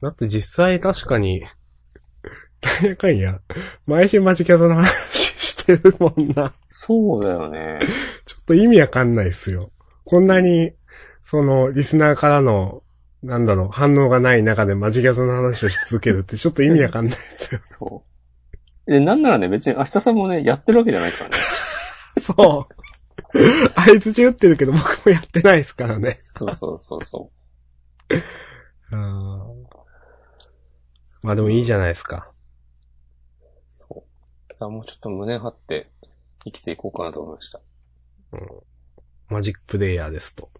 S2: だって実際確かに、 なんやかんや、毎週マジキャドの話してるもんな。
S1: そうだよね。
S2: ちょっと意味わかんないっすよ。こんなに、その、リスナーからの、なんだろう、反応がない中でマジギャズの話をし続けるって、ちょっと意味わかんないっすよ。
S1: そう。で、なんならね、別に明日さんもね、やってるわけじゃないからね。
S2: そう。 あいつ中打ってるけど、僕もやってないっすからね。
S1: そうそうそうそ
S2: まあでもいいじゃないですか。
S1: う。そう。だからもうちょっと胸張って生きていこうかなと思いました。
S2: マジックプレイヤーですと。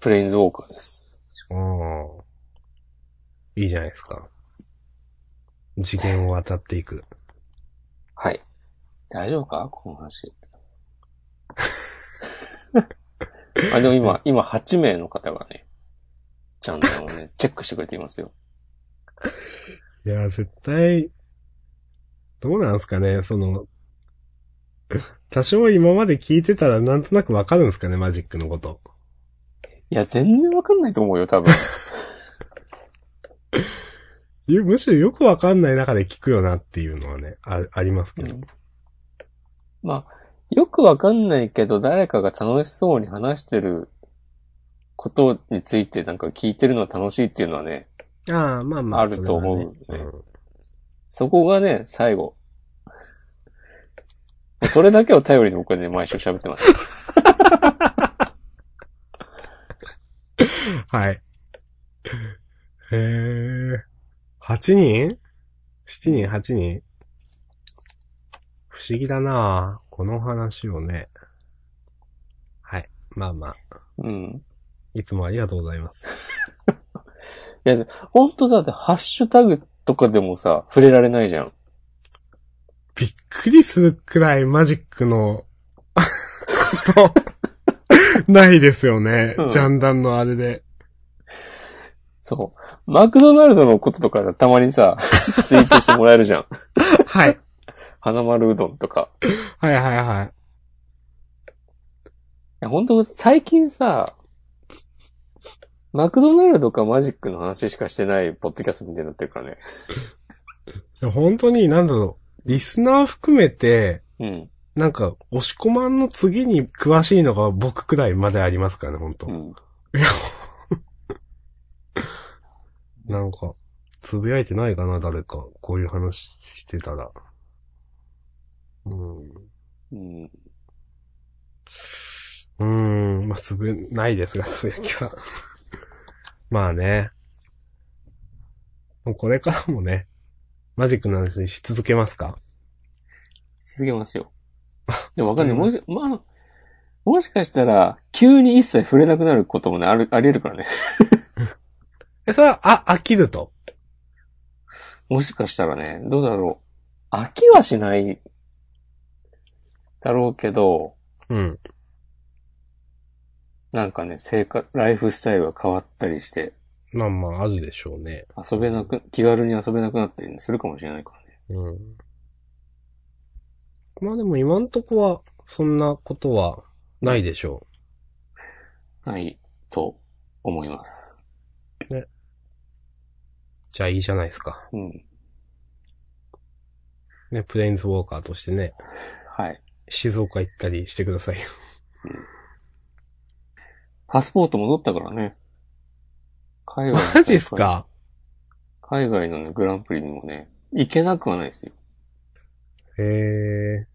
S1: プレインズウォーカーです。
S2: うん。いいじゃないですか。次元を渡っていく。
S1: はい。大丈夫かこの話。 あ、でも今、今8名の方がね、ちゃんとね、 チェックしてくれていますよ。
S2: いや、絶対、どうなんすかね、その、 多少今まで聞いてたらなんとなくわかるんですかね、マジックのこと。
S1: いや、全然わかんないと思うよ、多分。
S2: ゆむしろよくわかんない中で聞くよなっていうのはね、あありますけど。
S1: まあ、よくわかんないけど、誰かが楽しそうに話してることについてなんか聞いてるのは楽しいっていうのはね、
S2: ああ、まあま
S1: あると思うね
S2: それはね
S1: そこがね、最後。それだけを頼りに僕はね、毎週喋ってます。
S2: はい。へえ。8人 ?7 人 ?8 人不思議だなぁこの話をね。はい。まあまあ。
S1: うん。
S2: いつもありがとうございます。
S1: いや、ほんとだって、ハッシュタグとかでもさ、触れられないじゃん。
S2: びっくりするくらいマジックの、こと、ないですよね。
S1: うん
S2: ジャンダンのあれで。
S1: そう。マクドナルドのこととかたまにさ、ツイートしてもらえるじゃん。
S2: はい。
S1: 花丸うどんとか。い
S2: はいはいはい。
S1: や、ほんと最近さ、マクドナルドかマジックの話しかしてないポッドキャストみたいになってるからね。
S2: いや本当に、なんだろう。リスナー含めて、
S1: うん。
S2: なんか、押し込まんの次に詳しいのが僕くらいまでありますからね、本当、
S1: うん。
S2: なんか、つぶやいてないかな、誰か。こういう話してたら。うん。
S1: うん。
S2: うーん、まあ、つぶ、ないですが、つぶやきは。 まあね。もうこれからもね、マジックの話し続けますか
S1: 続けますよ。でもわかんない。もし、まあ、もしかしたら、急に一切触れなくなることもね、ある、あり得るからね。
S2: え、それは、あ、飽きると。
S1: もしかしたらね、どうだろう。飽きはしない、だろうけど、
S2: うん。
S1: なんかね、生活、ライフスタイルが変わったりして、
S2: まあまあ、あるでしょうね。
S1: 遊べなく、気軽に遊べなくなったりするかもしれないからね。
S2: うん。まあでも今んとこは、そんなことは、ないでしょ
S1: ない、と思います。
S2: う。じゃあいいじゃないですか。
S1: うん。
S2: ね、プレインズウォーカーとしてね、
S1: はい。
S2: 静岡行ったりしてくださいよ。
S1: パスポート戻ったからね。海外の
S2: マジっすか
S1: 海外のね、グランプリにもね、行けなくはないですよ。
S2: へえ。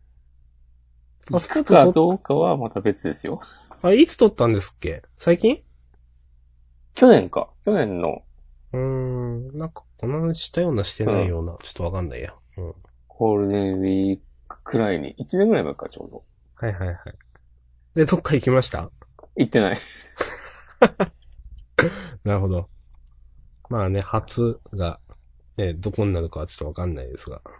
S1: パスポートかどうかはまた別ですよ。
S2: あ、いつ撮ったんですっけ最近
S1: 去年か。去年の
S2: うーん、なんか、この話したようなしてないような、ちょっとわかんないや。うん。は
S1: ゴールデンウィークくらいに、1年ぐらい前かちょうど。
S2: いはいはい。で、どっか行きました
S1: 行ってない。
S2: なるほど。まあね、初が、ね、どこになるかはちょっとわかんないですが。
S1: 香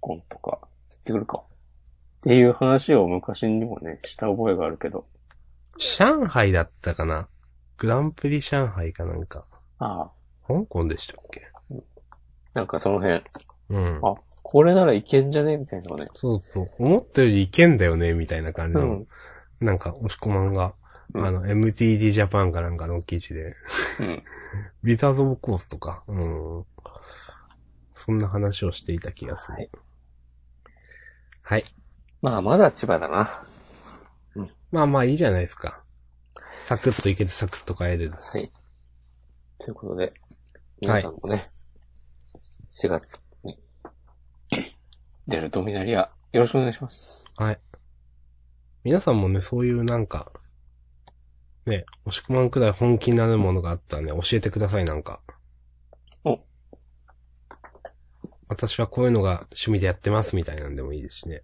S1: 港とか、行ってくるか。っていう話を昔にもね、した覚えがあるけど。
S2: 上海だったかなグランプリ上海かなんか。
S1: ああ、
S2: 香港でしたっけ
S1: なんかその辺、
S2: うん。
S1: あ、これならいけんじゃねみたいなのね。
S2: そうそう。思ったよりいけんだよね、みたいな感じ
S1: う
S2: の、
S1: ん。
S2: なんか、押し込まんが、
S1: うん
S2: あの、MTD ジャパンかなんかの記事で、
S1: うん。
S2: ビターズ・オブ・コースとか。うん。そんな話をしていた気がする。
S1: はい
S2: はい。
S1: まあ、まだ千葉だな。
S2: まあまあいいじゃないですか。サクッといけてサクッと帰れる。
S1: はい。ということで、皆さんもね、4月に出るドミナリア、よろしくお願いします。
S2: はい。皆さんもね、そういうなんか、ね、押し込まんくらい本気になるものがあったらね、教えてください、なんか。
S1: お
S2: 私はこういうのが趣味でやってます、みたいなんでもいいですしね。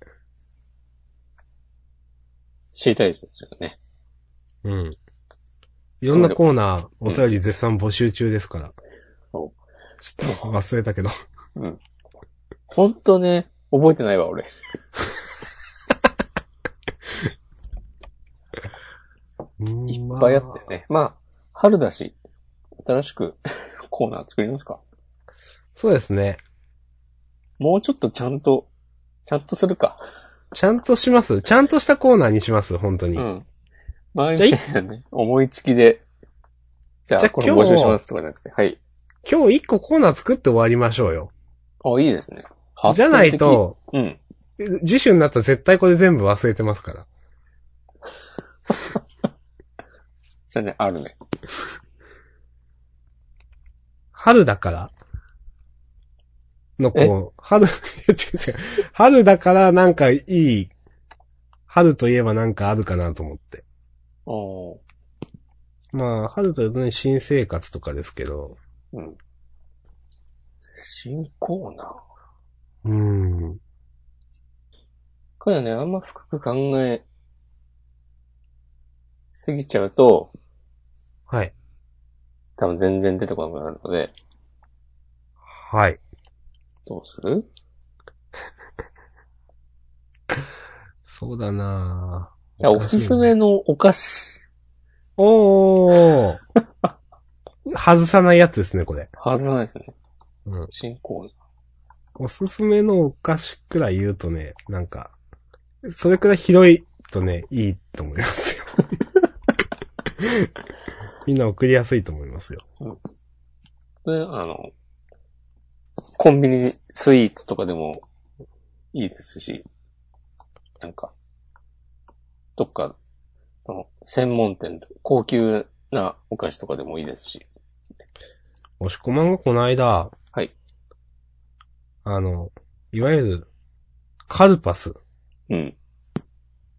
S1: 知りたいですよね。
S2: うん。いろんなコーナー、お便り絶賛募集中ですから。
S1: お
S2: ちょっと忘れたけど。
S1: ほんとね、覚えてないわ、俺。 いっぱいあってね。まあ、春だし、新しくコーナー作りますか。
S2: そうですね。
S1: もうちょっとちゃんと、ちゃんとするか。
S2: ちゃんとします。ちゃんとしたコーナーにします、本当に。
S1: うん。前みたいなね、思いつきで、じゃ
S2: じゃ
S1: あ、
S2: あ
S1: これ
S2: 今日
S1: 募集しますとかじゃなくて、はい。
S2: 今日一個コーナー作って終わりましょうよ。
S1: あ、いいですね。
S2: じゃないと、
S1: 発展的。うん。
S2: 次週になったら絶対これ全部忘れてますから。
S1: それね、あるね。
S2: 春だから。のこう、春、い や違う違う。春だからなんかいい、春といえばなんかあるかなと思って。
S1: おー
S2: まあ、春というとね、新生活とかですけど。
S1: うん。新コーナー
S2: うん。
S1: これはね、あんま深く考えすぎちゃうと、
S2: はい。
S1: 多分全然出てこなくなるので、
S2: はい。
S1: どうする
S2: そうだな
S1: じゃあ、おすすめ。のお菓子、
S2: おー外さないやつですね、これ。
S1: 外さないですね。
S2: うん。
S1: 新コーナー。
S2: おすすめのお菓子くらい言うとね、なんか、それくらい広いとね、いいと思いますよ。 みんな送りやすいと思いますよ。
S1: で、あの、コンビニスイーツとかでもいいですし、なんか、どっかの専門店と高級なお菓子とかでもいいですし、
S2: 押し込まんがこの間、
S1: はい。
S2: あの、いわゆる、カルパス
S1: うん、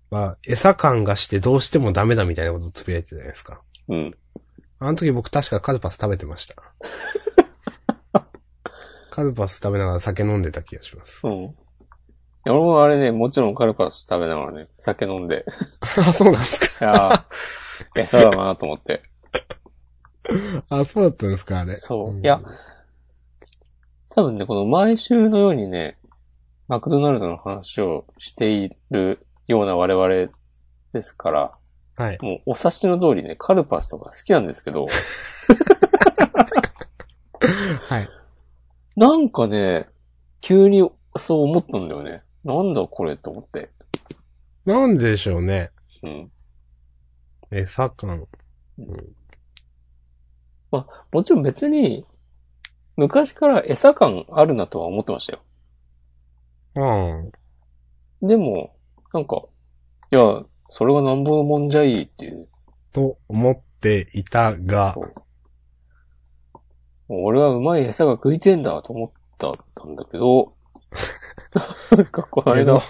S2: は餌感がしてどうしてもダメだみたいなことつぶやいてたじゃないですか。
S1: うん。
S2: あの時僕確かカルパス食べてま した。カルパス食べながら酒飲んでた気がします。
S1: うん。いや俺もあれね、もちろんカルパス食べながらね、酒飲んで、
S2: あ、そうなんですか。
S1: いやー、 いやそうだなと思って。
S2: あ、そうだったんですか、あれ。
S1: そう
S2: うん
S1: いや。多分ね、この毎週のようにね、マクドナルドの話をしているような我々ですから、
S2: はい。
S1: もうお察しの通りね、カルパスとか好きなんですけ ど、
S2: はい。
S1: なんかね、急にそう思ったんだよね。なんだこれと思って。
S2: なんでしょうね。
S1: うん。
S2: 餌感。
S1: もちろん別に、昔から餌感あるなとは思ってましたよ。
S2: うん。
S1: でも、なんか、いや、それがなんぼのもんじゃいいっていう。
S2: と思っていたが
S1: そ、うもう俺はうまい餌が食いてんだと思ったんだけど、なんか この
S2: け
S1: 間
S2: ど、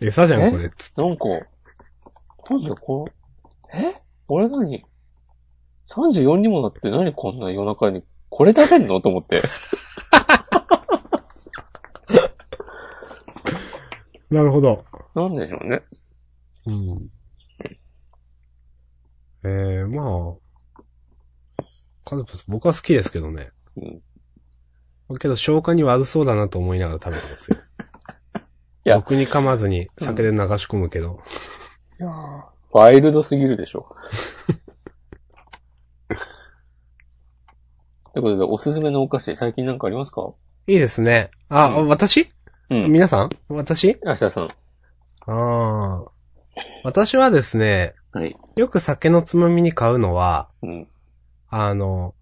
S2: 餌じゃ
S1: え
S2: ん、これ。つ
S1: なんか、なんでこの、え俺何 ?34 にもなって何こんな夜中にこれ食べんのと思って。
S2: なるほど。
S1: なんでしょうね。
S2: うん。えー、まあ、カルパス、僕は好きですけどね。けど、消化に悪そうだなと思いながら食べてますよ。
S1: いや
S2: 僕に噛まずに酒で流し込むけど。
S1: いやーワイルドすぎるで しょ。ということで、おすすめのお菓子、最近なんかありますか
S2: いいですね。あ、
S1: うん
S2: 私
S1: うん。
S2: 皆さん私
S1: 明日さん。
S2: ああ。私はですね、
S1: はい。
S2: よく酒のつまみに買うのは、
S1: うん。
S2: あの、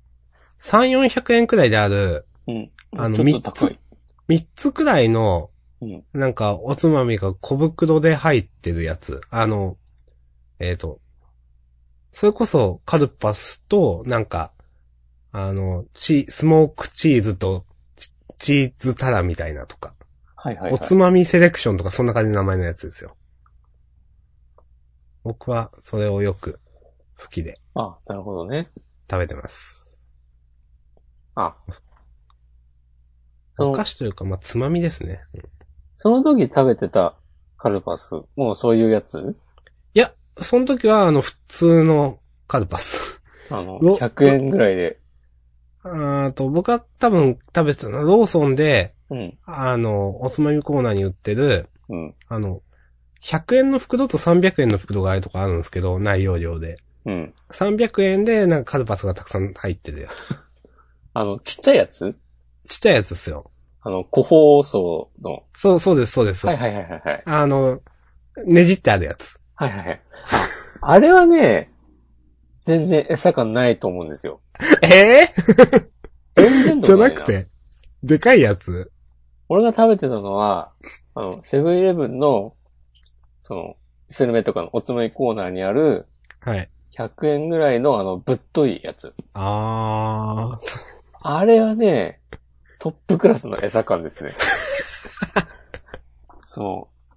S2: 3、400円くらいである、
S1: うん。
S2: あの
S1: ちょっと高い。
S2: 3つくらいの、
S1: うん
S2: なんか、おつまみが小袋で入ってるやつ。あの、えっ、と、それこそ、カルパスと、なんか、あの、チスモークチーズとチ、チーズタラみたいなとか、
S1: はいはい、はい。
S2: おつまみセレクションとか、そんな感じの名前のやつですよ。僕は、それをよく、好きで
S1: あ、なるほどね。
S2: 食べてます。
S1: あ、そ
S2: お
S1: の
S2: 菓、子というか、まあ、つまみですね。
S1: その時食べてたカルパス、もうそういうやつ
S2: その時は、あの、普通のカルパス。
S1: あの、
S2: ろ
S1: 100円ぐらいで。
S2: あーと、僕は多分食べてたのは、ローソンで、
S1: うん、
S2: あの、おつまみコーナーに売ってる、
S1: うん、
S2: あの、100円の袋と300円の袋があるとかあるんですけど、内容量で。
S1: うん。
S2: 300円で、なんかカルパスがたくさん入ってるやつ。
S1: あの、ちっちゃいやつ
S2: ちっちゃいやつですよ。
S1: あの、個包装の。
S2: そう、そうです、そうです。
S1: はいはいはいはいはい。
S2: あの、ねじってあるやつ。
S1: はいはいはい。ああれはね、全然餌感ないと思うんですよ。
S2: ええ
S1: 全然
S2: じ
S1: と
S2: ゃ
S1: か
S2: ないく。て、でかいやつ
S1: 俺が食べてたのは、あの、セブンイレブンの、その、スルメとかのおつまみコーナーにある、
S2: はい。
S1: 100円ぐらいのあの、ぶっといやつ。
S2: あー、
S1: あれはね、トップクラスの餌感ですね。 そう。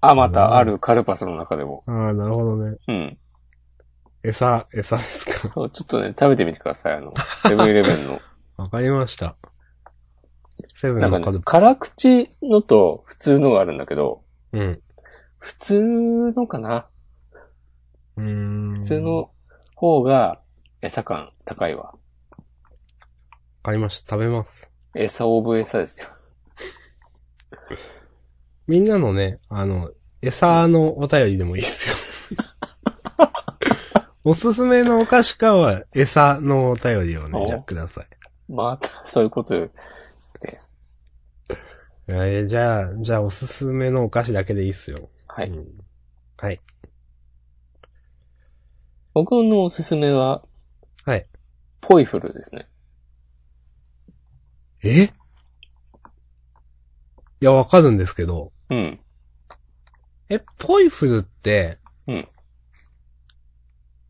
S1: あまたあるカルパスの中でも。
S2: ああ、なるほどね。
S1: うん。
S2: 餌、餌ですか。
S1: そうちょっとね、食べてみてください。あの、セブンイレブンの。
S2: わかりました。セブ ン
S1: な
S2: の
S1: ん
S2: カ
S1: か、
S2: ルパ
S1: ね、辛口のと普通のがあるんだけど、
S2: うん。
S1: 普通のかな
S2: うーん。
S1: 普通。の方が餌感高いわ。
S2: ありました。食べます。
S1: 餌オブ餌ですよ。
S2: みんなのね、あの、餌のお便りでもい いですよ。おすすめのお菓子かは、餌のお便りをね、
S1: お
S2: じゃあください。
S1: また、そういうことよ。
S2: えーじゃあ、じゃあおすすめのお菓子だけでいいっすよ。
S1: は
S2: う
S1: い。
S2: んはい。
S1: 僕のおすすめは、
S2: はい。
S1: ポイフルですね。
S2: えいや、わかるんですけど。
S1: うん。
S2: え、ポイフルって、
S1: うん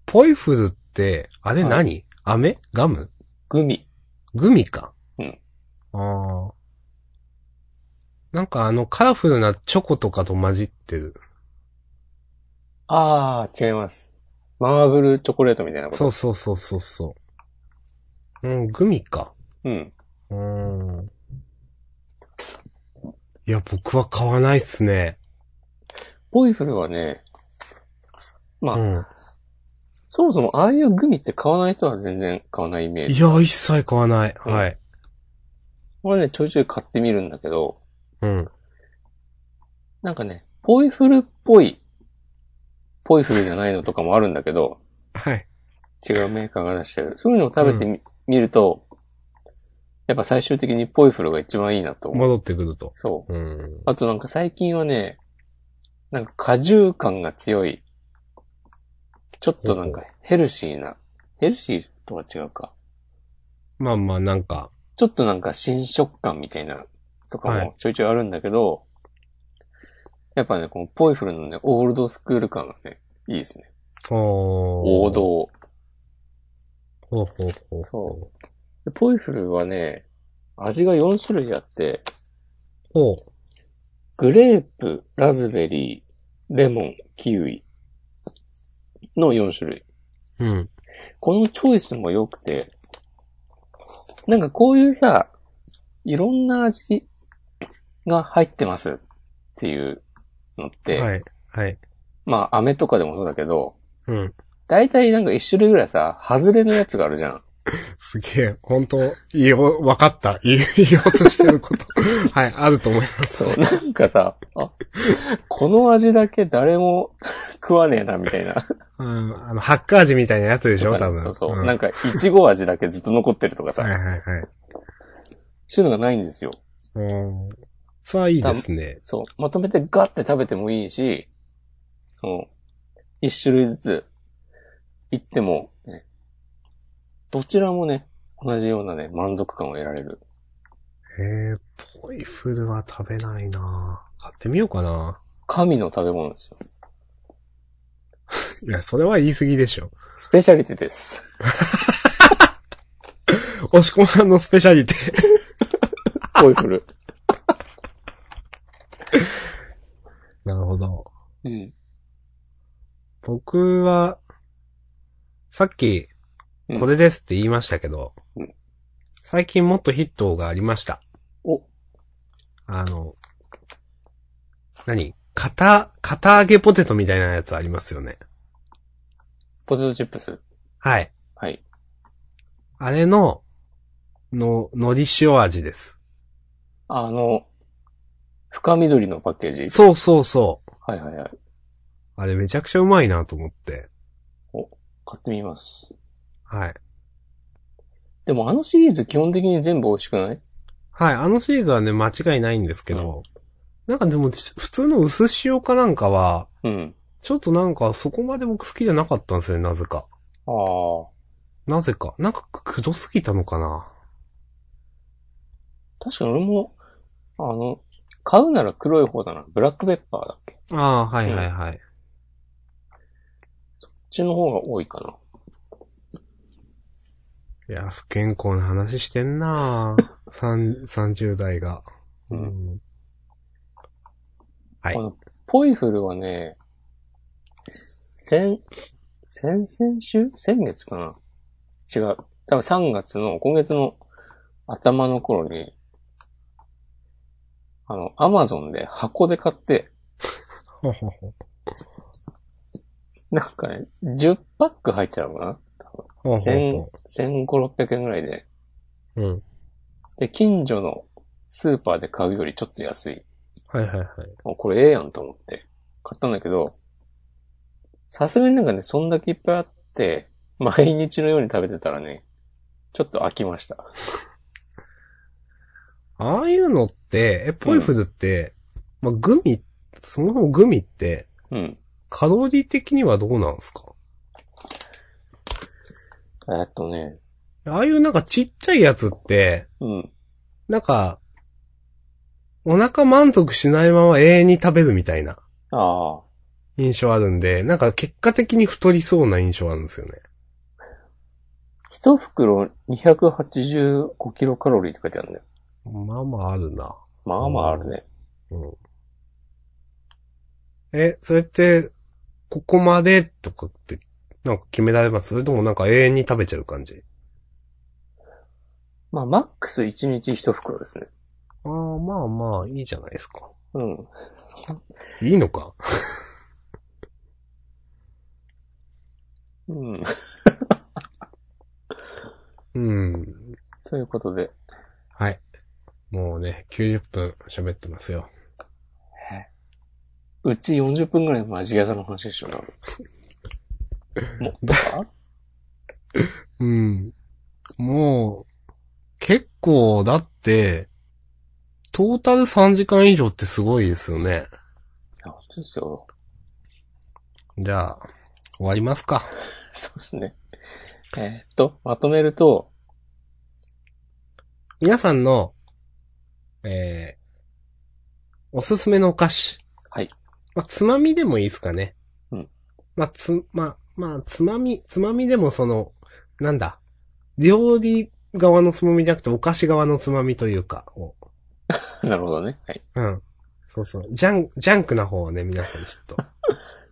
S2: ポイフルって、あれ何、飴ガム
S1: グミ。
S2: グミか。
S1: うん。
S2: ああ。なんかあのカラフルなチョコとかと混じってる。
S1: あー、違います。マーブルチョコレートみたいなこと。
S2: そうそうそうそうそう。うん、グミか。
S1: うん。
S2: うーん。いや、僕は買わないっすね。
S1: ポイフルはね、まあ、
S2: うん。
S1: そもそもああいうグミって買わない人は全然買わないイメー
S2: い
S1: ジ。
S2: や、一切買わない。
S1: うん
S2: はい。
S1: これね、ちょいちょい買ってみるんだけど、
S2: うん。
S1: なんかね、ポイフルっぽい、ポイフルじゃないのとかもあるんだけど、
S2: はい。
S1: 違うメーカーが出してる。そういうのを食べてみ,、ると、やっぱ最終的にポイフルが一番いいなと思う。
S2: 戻ってくると。
S1: そう。
S2: うん。
S1: あとなんか最近はね、なんか果汁感が強い。ちょっとなんかヘルシーな。ヘルシーとは違うか。
S2: まあまあ、なんか、
S1: ちょっとなんか新食感みたいなとか
S2: は
S1: も
S2: い
S1: ちょいちょいあるんだけど、やっぱね、このポイフルのね、オールドスクール感がね、いいですね。
S2: 王
S1: 王。道。
S2: ほうほうほう。
S1: そでポイフルはね、味が4種類あって、
S2: ほう。
S1: グレープ、ラズベリー、レモン、キウイの4種類。
S2: うん。
S1: このチョイスも良くて、なんかこういうさ、いろんな味が入ってますっていうのって、
S2: はい。はい。
S1: まあ、飴とかでもそうだけど、
S2: うん。
S1: だいたいなんか一種類ぐらいさ、外れのやつがあるじゃん。
S2: すげえ、本当いいよ、わかった。 言い言おうとしてること。 はい、あると思いま
S1: そ
S2: す。
S1: う、なんかさ、あ、この味だけ誰も 食わねえな、みたいな。
S2: うん。あの、ハッカー味みたいなやつでしょ多分。
S1: そうそう。
S2: ん
S1: なんか、いちご味だけずっと残ってるとかさ、
S2: はいはいはい。
S1: そういうのがないんですよ。
S2: うん。さあ、いいですね。
S1: そう。まとめてガッて食べてもいいし、その、一種類ずつ、いっても、ね、どちらもね、同じようなね、満足感を得られる。
S2: へえ、ポイフルは食べないな買ってみようかな
S1: 神の食べ物ですよ。
S2: いや、それは言い過ぎでしょ。
S1: スペシャリティ です。
S2: 押し込まんのスペシャリティ。
S1: ポイフル。
S2: なるほど。
S1: うん。
S2: 僕は、さっき
S1: う、ん
S2: これですって言いましたけど、
S1: うん
S2: 最近もっとヒットがありました。
S1: お、
S2: あの、何片、片揚げポテトみたいなやつありますよね。
S1: ポテトチップス。
S2: はい。
S1: はい。
S2: あれの、の、海苔塩味です。
S1: あの、深緑のパッケージ。
S2: そうそうそう。
S1: はいはいはい。
S2: あれめちゃくちゃうまいなと思って。
S1: 買ってみます。
S2: はい。
S1: でもあのシリーズ基本的に全部美味しくない
S2: はい。あのシリーズはね、間違いないんですけど、なんかでも、普通の薄塩かなんかは、
S1: うん。
S2: ちょっとなんかそこまで僕好きじゃなかったんですよね、なぜか。
S1: ああ。
S2: なぜか。なんかくくどすぎたのかな
S1: 確かに俺も、あの、買うなら黒い方だな。ブラックペッパーだっけこっ
S2: ああ、はいはいはい。
S1: ちの方が多いかな。
S2: いや、不健康な話してんなぁ 三、30代が。
S1: うん
S2: ん。はい
S1: あ。の、ポイフルはね、先、先々週先月かな違う。多分3月の、今月の頭の頃に、あの、アマゾンで箱で買って、
S2: ほほほ。
S1: なんかね、10パック入ってたのかな
S2: ほうほう
S1: 千
S2: ほ
S1: 1500、600円ぐらいで。
S2: う。うん。
S1: で、近所のスーパーで買うよりちょっと安い。
S2: はいはいはい。
S1: あこれええやんと思って買ったんだけど、さすがになんかね、そんだけいっぱいあって、毎日のように食べてたらね、ちょっと飽きました。
S2: ああいうのって、え、ポイフルって、まあ、グミ、そもそもグミって、
S1: うん。
S2: カロリー的にはどうなんすか
S1: えっとね、
S2: ああいうなんかちっちゃいやつって、
S1: うん。
S2: なんか、お腹満足しないまま永遠に食べるみたいな
S1: ああ。
S2: 印象あるんで、なんか結果的に太りそうな印象あるんですよね。
S1: 一袋285キロカロリーって書いてあるんだよ。
S2: まあまああるな。
S1: まあまああるね。
S2: うん。え、それって、ここまでとかって、なんか決められますそれともなんか永遠に食べちゃう感じ
S1: まあ、マックス1日一袋ですね。
S2: ああ、まあまあ、いいじゃないですか。
S1: うん。
S2: いいのか
S1: うん。
S2: うん。
S1: ということで。
S2: はい。もうね、90分喋ってますよ。
S1: うち40分ぐらいマジギャザの話でしょ、多分。もっ とか
S2: うん。もう、結構、だって、トータル3時間以上ってすごいですよね。
S1: いや、本当ですよ。
S2: じゃあ、終わりますか。
S1: そうですね。えーっと、まとめると、
S2: 皆さんの、えー、おすすめのお菓子。
S1: はい。
S2: まあ、つまみでもいいですかね。
S1: うん。
S2: まあ、つ、まあ、まあ、つまみ、つまみでもその、なんだ、料理側のつまみじゃなくてお菓子側のつまみというか、を
S1: なるほどね。はい。
S2: うん。そうそう。ジャン、ジャンクな方をね、皆さんちょ っ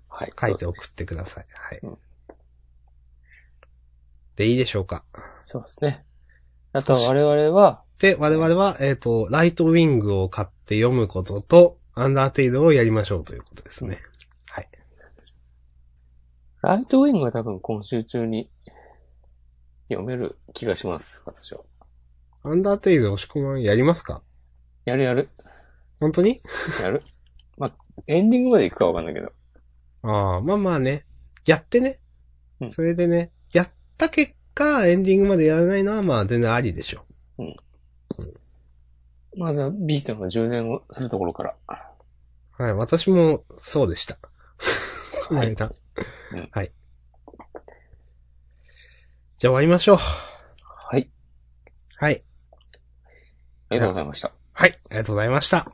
S1: はい。
S2: と書いて
S1: そう
S2: 送ってください。はい
S1: うん。
S2: で、いいでしょうか。
S1: そうですね。あとは我々は、
S2: で、我々は、えっ、と、ライトウィングを買って読むことと、アンダーテイルをやりましょうということですね。はい。
S1: ライトウィングは多分今週中に読める気がします、私は。
S2: アンダーテイル押し込まんやりますか
S1: やるやる。
S2: 本当に
S1: やる。 まあ、エンディングまで行くかわかんないけど。
S2: ああ、まあまあね。やってね
S1: う。ん
S2: それでね、やった結果、エンディングまでやらないのは、まあ全然ありでしょ
S1: まずはビジタルの充電をするところから。
S2: う。はい。私も、そうで した。この
S1: はい
S2: 間
S1: うん
S2: はい。じゃあ終わりましょう。
S1: はい。
S2: はい。
S1: ありがとうございました。
S2: はい。ありがとうございました。